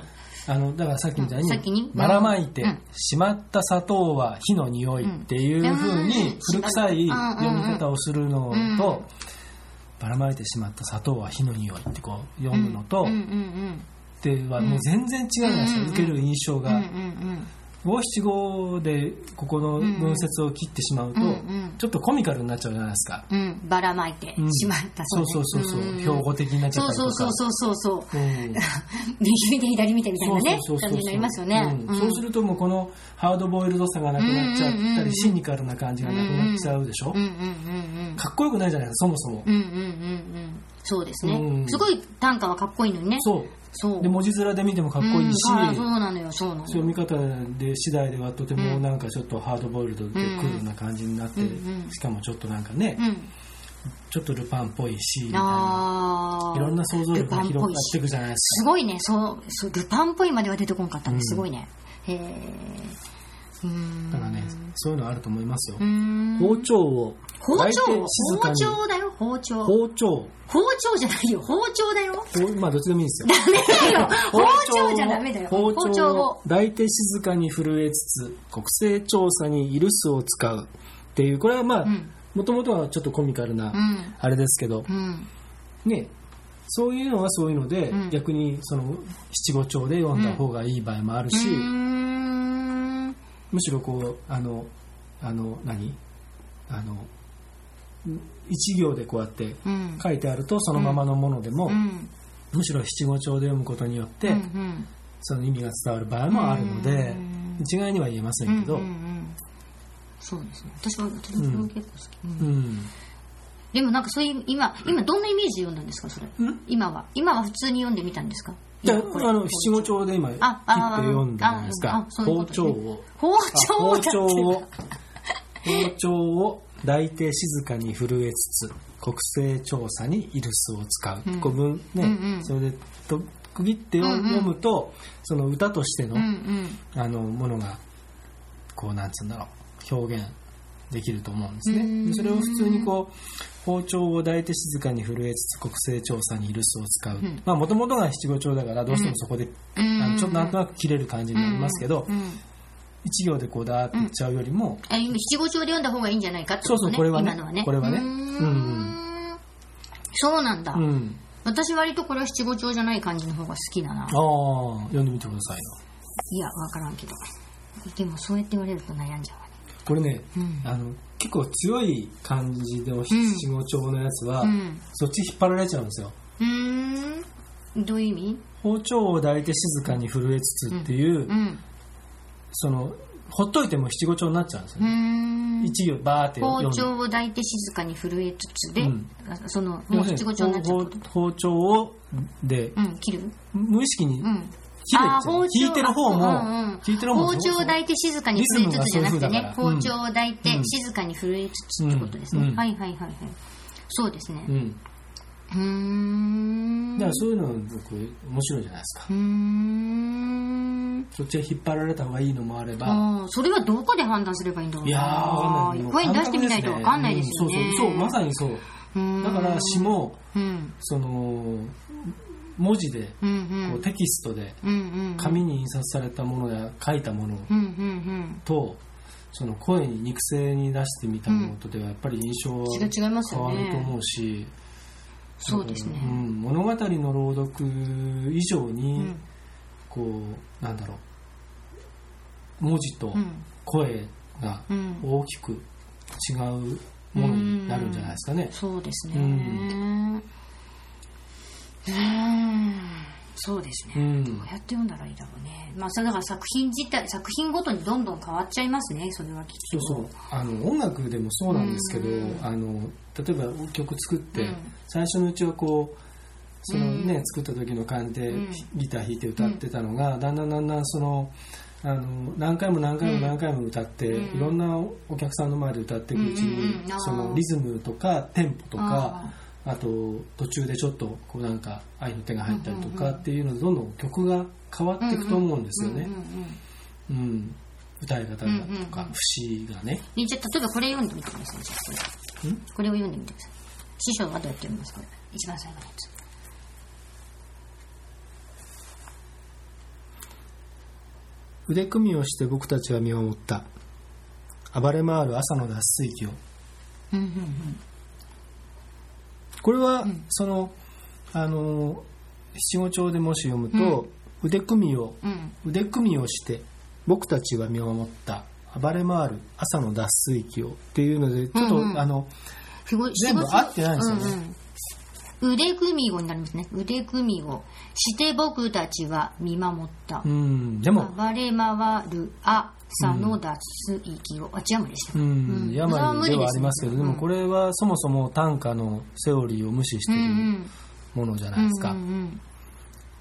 [SPEAKER 3] あのだからさっきみたい
[SPEAKER 2] うんさっきに
[SPEAKER 3] にばらまいて
[SPEAKER 2] うん
[SPEAKER 3] しまった砂糖は火の匂いっていう風
[SPEAKER 2] うん
[SPEAKER 3] に古臭い
[SPEAKER 2] しまっ
[SPEAKER 3] 読み方をするの
[SPEAKER 2] うん
[SPEAKER 3] とばらまいてしまった砂糖は火の匂いってこう読むのと
[SPEAKER 2] うんうんうん
[SPEAKER 3] ではもう全然違うじゃないです
[SPEAKER 2] うん
[SPEAKER 3] か受ける印象
[SPEAKER 2] うんうん
[SPEAKER 3] が五七五でここの文節を切ってしまうと
[SPEAKER 2] うんうん
[SPEAKER 3] ちょっとコミカルになっちゃうじゃないですか。
[SPEAKER 2] うんうんばらまいて
[SPEAKER 3] うん
[SPEAKER 2] しまった
[SPEAKER 3] そうそうそうそう標語的になっちゃ
[SPEAKER 2] そ
[SPEAKER 3] った
[SPEAKER 2] う
[SPEAKER 3] りと
[SPEAKER 2] そ
[SPEAKER 3] か
[SPEAKER 2] うそうそうそうそう
[SPEAKER 3] うん
[SPEAKER 2] 右見て左見てみたいなね
[SPEAKER 3] そうそ
[SPEAKER 2] 感
[SPEAKER 3] うそうそう
[SPEAKER 2] じになりますよね、
[SPEAKER 3] うんそうするともうこのハードボイルドさがなくなっちゃ
[SPEAKER 2] うんうん
[SPEAKER 3] った
[SPEAKER 2] うんうん
[SPEAKER 3] りシニカルな感じがなくなっちゃうでしょ、
[SPEAKER 2] うんうんうん
[SPEAKER 3] かっこよくないじゃないですかそもそも、
[SPEAKER 2] うんうんうんうんうんそうですね、
[SPEAKER 3] うん
[SPEAKER 2] すごい短歌はかっこいいのにね
[SPEAKER 3] そう
[SPEAKER 2] そう
[SPEAKER 3] で文字面で見てもかっこいいし、
[SPEAKER 2] うんあーそうなのよそうなのよ
[SPEAKER 3] そういう見方で次第ではとてもなんかちょっとハードボイルドでクールな感じになって、
[SPEAKER 2] うんうん
[SPEAKER 3] しかもちょっとなんかね、
[SPEAKER 2] うん
[SPEAKER 3] ちょっとルパンっぽいしみたいな
[SPEAKER 2] ああ
[SPEAKER 3] いろんな想像力が
[SPEAKER 2] ルパンっぽいし
[SPEAKER 3] 広がっていくじゃないです
[SPEAKER 2] す
[SPEAKER 3] か
[SPEAKER 2] ごいねそうそうルパンっぽいまでは出てこんかったね、
[SPEAKER 3] うん
[SPEAKER 2] すごいねへえうーん
[SPEAKER 3] だからねそういうのあると思いますよ、
[SPEAKER 2] うーん
[SPEAKER 3] 包丁を
[SPEAKER 2] 包
[SPEAKER 3] 抱いて
[SPEAKER 2] 丁
[SPEAKER 3] 静か
[SPEAKER 2] 包
[SPEAKER 3] に
[SPEAKER 2] 丁だよ包丁
[SPEAKER 3] 包丁
[SPEAKER 2] 包丁じゃないよ包丁だよ
[SPEAKER 3] ほうまあどっちでもいいですよ
[SPEAKER 2] ダメだよ包丁じゃダメだよ包
[SPEAKER 3] 包丁
[SPEAKER 2] 丁
[SPEAKER 3] を
[SPEAKER 2] を
[SPEAKER 3] 抱いて静かに震えつつ国勢調査にイルスを使うっていうこれはまあ
[SPEAKER 2] うん
[SPEAKER 3] もともとはちょっとコミカ
[SPEAKER 2] う
[SPEAKER 3] ルなんあれですけど、
[SPEAKER 2] うん
[SPEAKER 3] ねそういうのはそういうので、
[SPEAKER 2] うん
[SPEAKER 3] 逆にその七五調で読んだ方がいい場合もあるし、
[SPEAKER 2] うーん
[SPEAKER 3] むしろこうあのあの何あのん一行でこうやって
[SPEAKER 2] うん
[SPEAKER 3] 書いてあるとそのままのものでも、
[SPEAKER 2] うん
[SPEAKER 3] むしろ七五調で読むことによっ
[SPEAKER 2] う
[SPEAKER 3] て、
[SPEAKER 2] んうん
[SPEAKER 3] その意味が伝わる場合もあるので
[SPEAKER 2] うん
[SPEAKER 3] 一概には言えませんけど、
[SPEAKER 2] う
[SPEAKER 3] うん
[SPEAKER 2] うんうんんそうですね私は私もそれは結構好き、うんでもなんかそういう今今どんなイメージで読んだんですかそれ
[SPEAKER 3] ん
[SPEAKER 2] 今は今は普通に読んでみたんですか
[SPEAKER 3] じゃ
[SPEAKER 2] 今これ
[SPEAKER 3] ああの七五調で今切って
[SPEAKER 2] ああ
[SPEAKER 3] 読んだじゃないです
[SPEAKER 2] ああ
[SPEAKER 3] か
[SPEAKER 2] そういうこ
[SPEAKER 3] 包
[SPEAKER 2] と
[SPEAKER 3] 丁を
[SPEAKER 2] 包 丁
[SPEAKER 3] あ包
[SPEAKER 2] だって
[SPEAKER 3] 丁を包丁を抱いて静かに震えつつ国勢調査にイルスを使う、
[SPEAKER 2] うん
[SPEAKER 3] 古文
[SPEAKER 2] うん
[SPEAKER 3] ね、
[SPEAKER 2] うん
[SPEAKER 3] それでと区切って読
[SPEAKER 2] うんうん
[SPEAKER 3] 読むと、その歌としての,、
[SPEAKER 2] うんうん
[SPEAKER 3] あのものがこうなんつうんだろう表現できると思うんです
[SPEAKER 2] う
[SPEAKER 3] ね
[SPEAKER 2] ん
[SPEAKER 3] でそれを普通にこう包丁を抱いて静かに震えつつ国勢調査にイルスを使う、
[SPEAKER 2] ん
[SPEAKER 3] まあもともとが七五調だからどうしてもそこで、
[SPEAKER 2] うん
[SPEAKER 3] あのちょっとなんとなく切れる感じになりますけど、
[SPEAKER 2] うん
[SPEAKER 3] 一行でこうだーっていっちゃうよりも、
[SPEAKER 2] あ今七五調で読んだ方がいいんじゃないかってこと、ね、
[SPEAKER 3] そうそうこれはね
[SPEAKER 2] 今のはね
[SPEAKER 3] これはね
[SPEAKER 2] うー
[SPEAKER 3] うん
[SPEAKER 2] んそうなんだ、
[SPEAKER 3] うん、
[SPEAKER 2] 私割とこれは七五調じゃない感じの方が好きだな
[SPEAKER 3] ああ、読んでみてくださいよ。
[SPEAKER 2] いやわからんけどでもそうやって言われると悩んじゃうわね
[SPEAKER 3] これね、
[SPEAKER 2] うん
[SPEAKER 3] あの、結構強い感じの
[SPEAKER 2] ん
[SPEAKER 3] 七五調のやつは、
[SPEAKER 2] うん
[SPEAKER 3] そっち引っ張られちゃうんですよ。
[SPEAKER 2] うーんどういう意味
[SPEAKER 3] 包丁を抱いて静かに震えつつっていう、
[SPEAKER 2] うん
[SPEAKER 3] その、ほっといても七五調になっちゃうんですよ
[SPEAKER 2] うー
[SPEAKER 3] ね。
[SPEAKER 2] ん
[SPEAKER 3] 一行バーって読
[SPEAKER 2] 包
[SPEAKER 3] んで。
[SPEAKER 2] 丁を抱いて静かに震えつつで、
[SPEAKER 3] うん
[SPEAKER 2] あそのもう七五調になっちゃうってこと
[SPEAKER 3] 包丁を、で、
[SPEAKER 2] うん切る
[SPEAKER 3] 無意識に
[SPEAKER 2] うん
[SPEAKER 3] 切れちゃ
[SPEAKER 2] あー
[SPEAKER 3] う。
[SPEAKER 2] 包丁
[SPEAKER 3] 聞いてる方も、
[SPEAKER 2] うんうん
[SPEAKER 3] 聞いてる方も
[SPEAKER 2] 包丁を抱いて静かに震えつつじゃなくてね
[SPEAKER 3] リズムがそういう風だから
[SPEAKER 2] 包丁を抱いて
[SPEAKER 3] うん
[SPEAKER 2] 静かに震えつつってことですね、
[SPEAKER 3] うんうん
[SPEAKER 2] はいはいはいはいそうですね
[SPEAKER 3] うん。
[SPEAKER 2] うーん
[SPEAKER 3] だから
[SPEAKER 2] う
[SPEAKER 3] そういうの僕面白いじゃないですか。
[SPEAKER 2] ーん
[SPEAKER 3] そっちへ引っ張られた方がいいのもあれば、
[SPEAKER 2] あーそれはどこで判断すればいいんだろう
[SPEAKER 3] いやーわかんないもう
[SPEAKER 2] 声に出してみないと分かんないですよね
[SPEAKER 3] うん、そうそうそうまさにそうだから詩
[SPEAKER 2] も
[SPEAKER 3] も
[SPEAKER 2] うん
[SPEAKER 3] その文字で
[SPEAKER 2] うん
[SPEAKER 3] こうテキストで
[SPEAKER 2] うんうんうん
[SPEAKER 3] 紙に印刷されたものや書いたもの
[SPEAKER 2] うんうん
[SPEAKER 3] とその声に肉声に出してみたものとではやっぱり印象は
[SPEAKER 2] うん違う違います
[SPEAKER 3] 変
[SPEAKER 2] よ
[SPEAKER 3] わ
[SPEAKER 2] ね
[SPEAKER 3] ると思うし
[SPEAKER 2] そうですね
[SPEAKER 3] うん、物語の朗読以上
[SPEAKER 2] う
[SPEAKER 3] に
[SPEAKER 2] ん
[SPEAKER 3] こう、なんだろう文字と
[SPEAKER 2] うん
[SPEAKER 3] 声が
[SPEAKER 2] うん
[SPEAKER 3] 大きく違うものになるんじゃないですかね。
[SPEAKER 2] そうですね
[SPEAKER 3] う
[SPEAKER 2] うんそうですね、
[SPEAKER 3] うん
[SPEAKER 2] どうやって読んだらいいだろうねまあそれだから作品自体作品ごとにどんどん変わっちゃいますねそれはきっ
[SPEAKER 3] そ
[SPEAKER 2] と
[SPEAKER 3] うそうあの音楽でもそうなんですけど、
[SPEAKER 2] うん
[SPEAKER 3] あの例えば曲作って、
[SPEAKER 2] うん
[SPEAKER 3] 最初のうちはこうそのね、
[SPEAKER 2] う
[SPEAKER 3] 作った時の感じで
[SPEAKER 2] うん
[SPEAKER 3] ギター弾いて歌ってたのが、だんだんだんだんそのあの何回も何回も何回も歌って、
[SPEAKER 2] うん
[SPEAKER 3] いろんなお客さんの前で歌っていくうちに、
[SPEAKER 2] うんうんうんあー
[SPEAKER 3] そのリズムとかテンポとか
[SPEAKER 2] あ。
[SPEAKER 3] あと途中でちょっとこうなんか愛の手が入ったりとかっていうのでどんどん曲が変わっていくと思うんですよね、
[SPEAKER 2] うんうんうん
[SPEAKER 3] うん歌い方だと
[SPEAKER 2] うん
[SPEAKER 3] か
[SPEAKER 2] うん
[SPEAKER 3] 節がね、
[SPEAKER 2] ねじゃあ例えばこれ読んでみてくださいじゃあこれ
[SPEAKER 3] ん
[SPEAKER 2] これを読んでみてください師匠はどうやって読みますこれ一番最後のやつ
[SPEAKER 3] 腕組みをして僕たちは見守った暴れ回る朝の脱水機を
[SPEAKER 2] うんうん
[SPEAKER 3] これは、そのあの七五調でもし読むと、腕組みを
[SPEAKER 2] うんうん
[SPEAKER 3] 腕組みをして僕たちは見守った暴れ回る朝の脱水機をっていうのでちょっと、
[SPEAKER 2] うんうん
[SPEAKER 3] あの
[SPEAKER 2] すごい
[SPEAKER 3] 全部合ってないんですよね
[SPEAKER 2] うんうん腕組み語になりますね腕組みをして僕たちは見守った
[SPEAKER 3] うんでも、
[SPEAKER 2] 暴れ回る朝の脱息を、あ違うもんでした
[SPEAKER 3] うん
[SPEAKER 2] うん
[SPEAKER 3] 病ではありますけ
[SPEAKER 2] それは無理です
[SPEAKER 3] どで
[SPEAKER 2] ね
[SPEAKER 3] もこれはそもそも短歌のセオリーを無視して
[SPEAKER 2] う
[SPEAKER 3] い
[SPEAKER 2] んう
[SPEAKER 3] る
[SPEAKER 2] ん
[SPEAKER 3] ものじゃないですか、
[SPEAKER 2] うんうん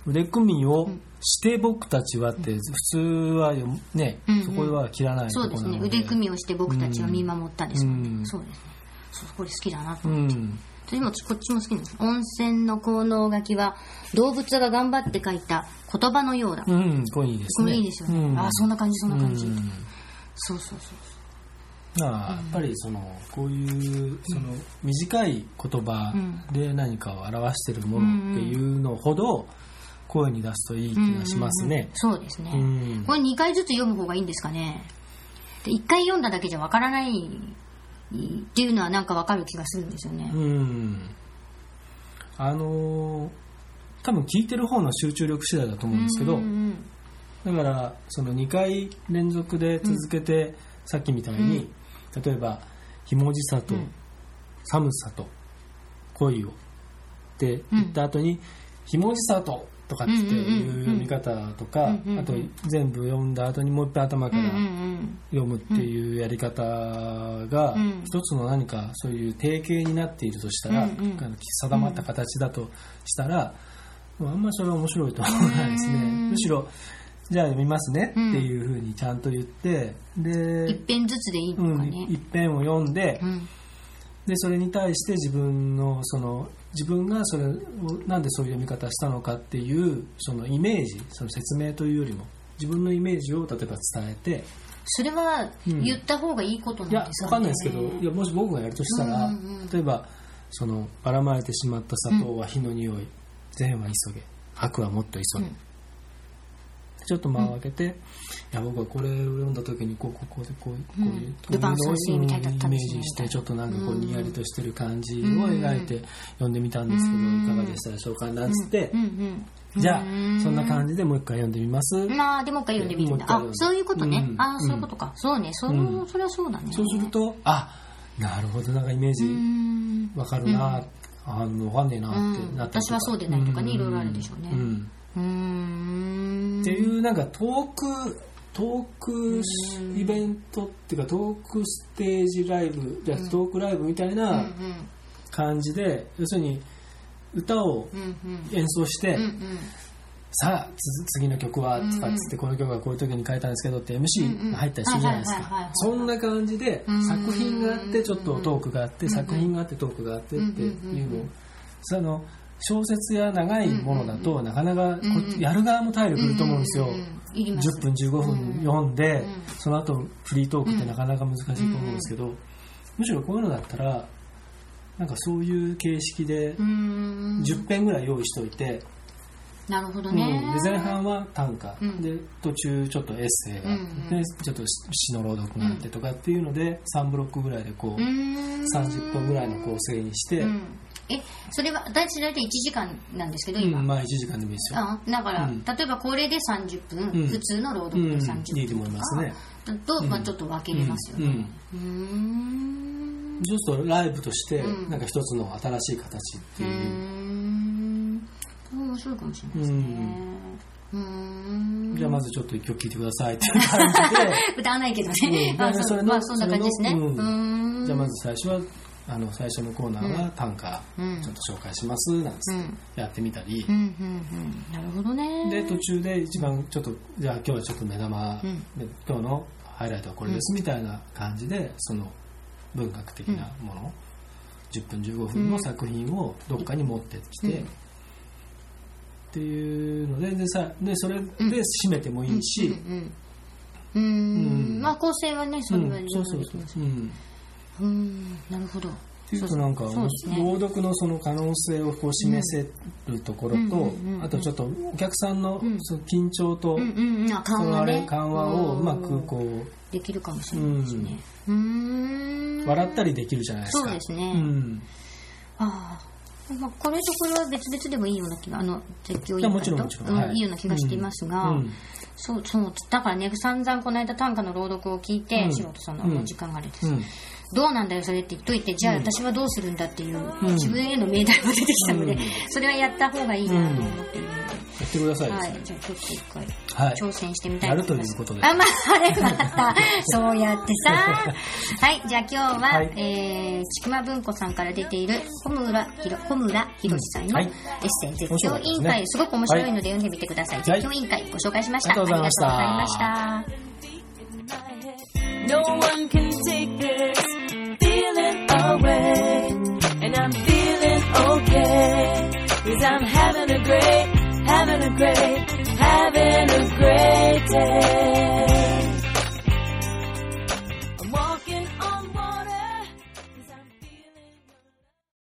[SPEAKER 3] 腕組みをして僕たちはって普通はよね、
[SPEAKER 2] うんうん
[SPEAKER 3] そこは切らない
[SPEAKER 2] そ
[SPEAKER 3] と
[SPEAKER 2] うで
[SPEAKER 3] こ
[SPEAKER 2] す
[SPEAKER 3] な
[SPEAKER 2] ね
[SPEAKER 3] ので
[SPEAKER 2] 腕組みをして僕たちは見守ったですもんね、
[SPEAKER 3] うん
[SPEAKER 2] そうですねそうこれ好きだなと
[SPEAKER 3] うん
[SPEAKER 2] でもこっちも好きなんです温泉の効能書きは動物が頑張って書いた言葉のようだ、
[SPEAKER 3] うんこれいいです
[SPEAKER 2] こ
[SPEAKER 3] ね
[SPEAKER 2] れいいですよね、
[SPEAKER 3] うん
[SPEAKER 2] ああそんな感じそんな感じ、
[SPEAKER 3] うん
[SPEAKER 2] そうそうそう
[SPEAKER 3] まあ、やっぱりそのこういうその短い言葉で何かを表してるものっていうのほど声に出すといい気がしますね。
[SPEAKER 2] そうですね、
[SPEAKER 3] うん
[SPEAKER 2] これ2回ずつ読む方がいいんですかねで1回読んだだけじゃわからないっていうのはなんかわかる気がするんですよね
[SPEAKER 3] う、んあのー多分聞いてる方の集中力次第だと思うんですけど、
[SPEAKER 2] うんうん
[SPEAKER 3] だからその2回連続で続けて、さっきみたいに、例えば「ひもじさと
[SPEAKER 2] うん
[SPEAKER 3] 寒さと恋を」って言った後に「ひもじさと」とかっていう読み方とか
[SPEAKER 2] うんうんうん
[SPEAKER 3] あと全部読んだ後にもう一回頭か
[SPEAKER 2] うんうん
[SPEAKER 3] ら
[SPEAKER 2] うん
[SPEAKER 3] 読むっていうやり方が
[SPEAKER 2] うん
[SPEAKER 3] 一つの何かそういう定型になっているとしたら
[SPEAKER 2] うんうん
[SPEAKER 3] 定まった形だとしたらもうあんまりそれは面白いとは思わないですね
[SPEAKER 2] うん
[SPEAKER 3] むしろじゃあ読みますねっていうふうにちゃんと言ってで
[SPEAKER 2] 一遍ずつでいいの
[SPEAKER 3] う
[SPEAKER 2] か
[SPEAKER 3] ん
[SPEAKER 2] ね、
[SPEAKER 3] 一遍を読んで
[SPEAKER 2] うん
[SPEAKER 3] でそれに対して自分のその自分がそれをなんでそういう読み方したのかっていうそのイメージその説明というよりも自分のイメージを例えば伝えて
[SPEAKER 2] それは
[SPEAKER 3] うん
[SPEAKER 2] 言った方がいいことなん
[SPEAKER 3] いや
[SPEAKER 2] です
[SPEAKER 3] わ
[SPEAKER 2] か
[SPEAKER 3] か
[SPEAKER 2] ね、
[SPEAKER 3] んないですけどいやもし僕がやるとしたら、
[SPEAKER 2] うんうんうん
[SPEAKER 3] 例えばそのばらまれてしまった砂糖は火の匂い、善は急げ悪はもっと急げ、
[SPEAKER 2] うん
[SPEAKER 3] ちょっと間を開けて、いや僕はこれを読んだ時にこうこうこうでこうこういう、
[SPEAKER 2] うん
[SPEAKER 3] こういう
[SPEAKER 2] ルパン三世みたいだったん
[SPEAKER 3] イメ
[SPEAKER 2] で
[SPEAKER 3] ー
[SPEAKER 2] すね
[SPEAKER 3] ジしてちょっとなんかこう
[SPEAKER 2] うん
[SPEAKER 3] にやりとしてる感じを描いて読んでみたんですけど、
[SPEAKER 2] うん
[SPEAKER 3] いかがでしたでしょうかなんつって、
[SPEAKER 2] うんうん
[SPEAKER 3] じゃあそんな感じでもう一回読んでみます、
[SPEAKER 2] まあでもう一回読んでみるんだあ
[SPEAKER 3] もう一回読んで
[SPEAKER 2] そういうことね、
[SPEAKER 3] うん
[SPEAKER 2] ああそういうことか、そうねその、
[SPEAKER 3] うん
[SPEAKER 2] それはそうだね
[SPEAKER 3] そうするとあなるほどなんかイメージ、
[SPEAKER 2] うん
[SPEAKER 3] わかるな、あのわかんねえなってなったりと
[SPEAKER 2] うん私
[SPEAKER 3] か、
[SPEAKER 2] はそうでないとかねいろいろあるでしょうね
[SPEAKER 3] ん
[SPEAKER 2] うーん
[SPEAKER 3] っていうなんか遠く遠くイベントっていうか遠くステージライブじゃ遠くライブみた
[SPEAKER 2] う
[SPEAKER 3] い
[SPEAKER 2] んう
[SPEAKER 3] なん感じで、要するに歌を
[SPEAKER 2] うんうん
[SPEAKER 3] 演奏して、
[SPEAKER 2] うんうん
[SPEAKER 3] さあつ次の曲はとかっつってこの曲はこういう時に書いたんですけどって MC が入ったりするじゃないで
[SPEAKER 2] う
[SPEAKER 3] す
[SPEAKER 2] んうんはいはいはいはい
[SPEAKER 3] かそんな感じで
[SPEAKER 2] うん
[SPEAKER 3] 作品があってちょっとトークがあっ
[SPEAKER 2] う
[SPEAKER 3] て
[SPEAKER 2] ん
[SPEAKER 3] 作品があってトークがあってってい
[SPEAKER 2] うんう
[SPEAKER 3] うの
[SPEAKER 2] ん
[SPEAKER 3] その小説や長いものだとなかなかこ
[SPEAKER 2] うんうん
[SPEAKER 3] やる側も体力いると思うんですよ
[SPEAKER 2] ういります
[SPEAKER 3] 10分15分読んで
[SPEAKER 2] うん
[SPEAKER 3] その後フリートークってなかなか難しいと思うんですけどむしろこういうのだったらなんかそういう形式で
[SPEAKER 2] うーん
[SPEAKER 3] 10編ぐらい用意しておいて
[SPEAKER 2] なるほど
[SPEAKER 3] うん
[SPEAKER 2] ね、
[SPEAKER 3] で前半は短歌、
[SPEAKER 2] うん
[SPEAKER 3] で途中ちょっとエッセイがあ
[SPEAKER 2] う
[SPEAKER 3] って、
[SPEAKER 2] んうん
[SPEAKER 3] でちょっと詩の朗読があってとかっていうので3ブロックぐらいでこう、
[SPEAKER 2] うーん
[SPEAKER 3] 30分ぐらいの構成にして、
[SPEAKER 2] うんえそれは私大体1時間なんですけど
[SPEAKER 3] う
[SPEAKER 2] 今、
[SPEAKER 3] んまあ1時間でもいいですよ。
[SPEAKER 2] あだから、
[SPEAKER 3] うん
[SPEAKER 2] 例えばこれで30分、
[SPEAKER 3] うん
[SPEAKER 2] 普通の朗
[SPEAKER 3] う
[SPEAKER 2] 読
[SPEAKER 3] ん
[SPEAKER 2] で30分
[SPEAKER 3] いいと思いますね。
[SPEAKER 2] だと、まあ、ちょっと分けれますよ
[SPEAKER 3] うん
[SPEAKER 2] ね
[SPEAKER 3] うん
[SPEAKER 2] うーん
[SPEAKER 3] そうするとライブとして
[SPEAKER 2] うん
[SPEAKER 3] なんか一つの新しい形って
[SPEAKER 2] うー
[SPEAKER 3] いう、
[SPEAKER 2] ん面白いかもしれないですねうーん
[SPEAKER 3] じゃあまずちょっと一曲聴いてくださいっていう感じで
[SPEAKER 2] 歌わないけど
[SPEAKER 3] う
[SPEAKER 2] ねま
[SPEAKER 3] んだ
[SPEAKER 2] あ
[SPEAKER 3] から
[SPEAKER 2] そ
[SPEAKER 3] それ
[SPEAKER 2] う
[SPEAKER 3] の
[SPEAKER 2] まあそんな感じですね
[SPEAKER 3] そうれのうん
[SPEAKER 2] ーん
[SPEAKER 3] じゃあまず最初はあの最初のコーナーは短歌
[SPEAKER 2] うん
[SPEAKER 3] ちょっと紹介しますなんつってやってみたり
[SPEAKER 2] うん、うんうんなるほどね
[SPEAKER 3] で途中で一番ちょっとじゃあ今日はちょっと目玉、
[SPEAKER 2] うん
[SPEAKER 3] で今日のハイライトはこれですみたいな感じでその文学的なもの、10分15分の作品をどっかに持ってきて、
[SPEAKER 2] うん
[SPEAKER 3] っていうのででさでそれで締めてもいいし、
[SPEAKER 2] うんうんうんうーん
[SPEAKER 3] うん
[SPEAKER 2] まあ構成はねそれは
[SPEAKER 3] うん
[SPEAKER 2] 自
[SPEAKER 3] そう
[SPEAKER 2] 分
[SPEAKER 3] そ
[SPEAKER 2] ででき
[SPEAKER 3] う
[SPEAKER 2] ます
[SPEAKER 3] そう、うん
[SPEAKER 2] うーんなるほど
[SPEAKER 3] ていうとなんか、
[SPEAKER 2] そうですね
[SPEAKER 3] 朗読のその可能性をこう示せるところ
[SPEAKER 2] う
[SPEAKER 3] と、
[SPEAKER 2] んうんうんうん
[SPEAKER 3] あとちょっとお客さんの
[SPEAKER 2] うん
[SPEAKER 3] その緊張と、
[SPEAKER 2] うんうんうんあ
[SPEAKER 3] そ
[SPEAKER 2] 緩
[SPEAKER 3] の
[SPEAKER 2] 和
[SPEAKER 3] あれ
[SPEAKER 2] ね
[SPEAKER 3] 緩和をうまくこう
[SPEAKER 2] できるかもしれないですねうーん
[SPEAKER 3] 笑ったりできるじゃないですか。
[SPEAKER 2] そうですね
[SPEAKER 3] うん
[SPEAKER 2] ああ、まあ、これとこれは別々でもいいような気があの絶叫委員
[SPEAKER 3] いやも
[SPEAKER 2] 会
[SPEAKER 3] ちろんもち
[SPEAKER 2] と
[SPEAKER 3] ろん
[SPEAKER 2] うん
[SPEAKER 3] はい
[SPEAKER 2] い、いような気がしていますが、
[SPEAKER 3] うん
[SPEAKER 2] そうそうだからね散々この間短歌の朗読を聞いて、
[SPEAKER 3] うん
[SPEAKER 2] 仕事さんの
[SPEAKER 3] うん
[SPEAKER 2] もう時間があれです、
[SPEAKER 3] うん
[SPEAKER 2] どうなんだよそれって言っといてじゃあ私はどうするんだっていう、
[SPEAKER 3] ん
[SPEAKER 2] 自分への命題も出てきたので、
[SPEAKER 3] うん
[SPEAKER 2] それはやった方がいいなと思っているので、
[SPEAKER 3] やってくださいで
[SPEAKER 2] は
[SPEAKER 3] すね
[SPEAKER 2] い、じゃあちょっと一回
[SPEAKER 3] はい
[SPEAKER 2] 挑戦してみたい思ます
[SPEAKER 3] やるということです
[SPEAKER 2] あ、まあ、あれまた、そうやってさ。はい、じゃあ今日は、
[SPEAKER 3] はい
[SPEAKER 2] えー、ちくま文庫さんから出ている、小村ひろ、小村ひろしさん
[SPEAKER 3] うん
[SPEAKER 2] のエ
[SPEAKER 3] は
[SPEAKER 2] ッ
[SPEAKER 3] い
[SPEAKER 2] セイ、
[SPEAKER 3] 面
[SPEAKER 2] 絶
[SPEAKER 3] 白か
[SPEAKER 2] 叫委
[SPEAKER 3] ったです
[SPEAKER 2] 員
[SPEAKER 3] ね
[SPEAKER 2] 会、すごく面白いの
[SPEAKER 3] は
[SPEAKER 2] で読んでみてください。
[SPEAKER 3] はい
[SPEAKER 2] 絶叫委員会ご紹介しました。
[SPEAKER 3] ありがとうございました
[SPEAKER 2] ありがとうございました。
[SPEAKER 1] No one can take this feeling away. And I'm feeling okay. Cause I'm having a great, having a great, having a great day.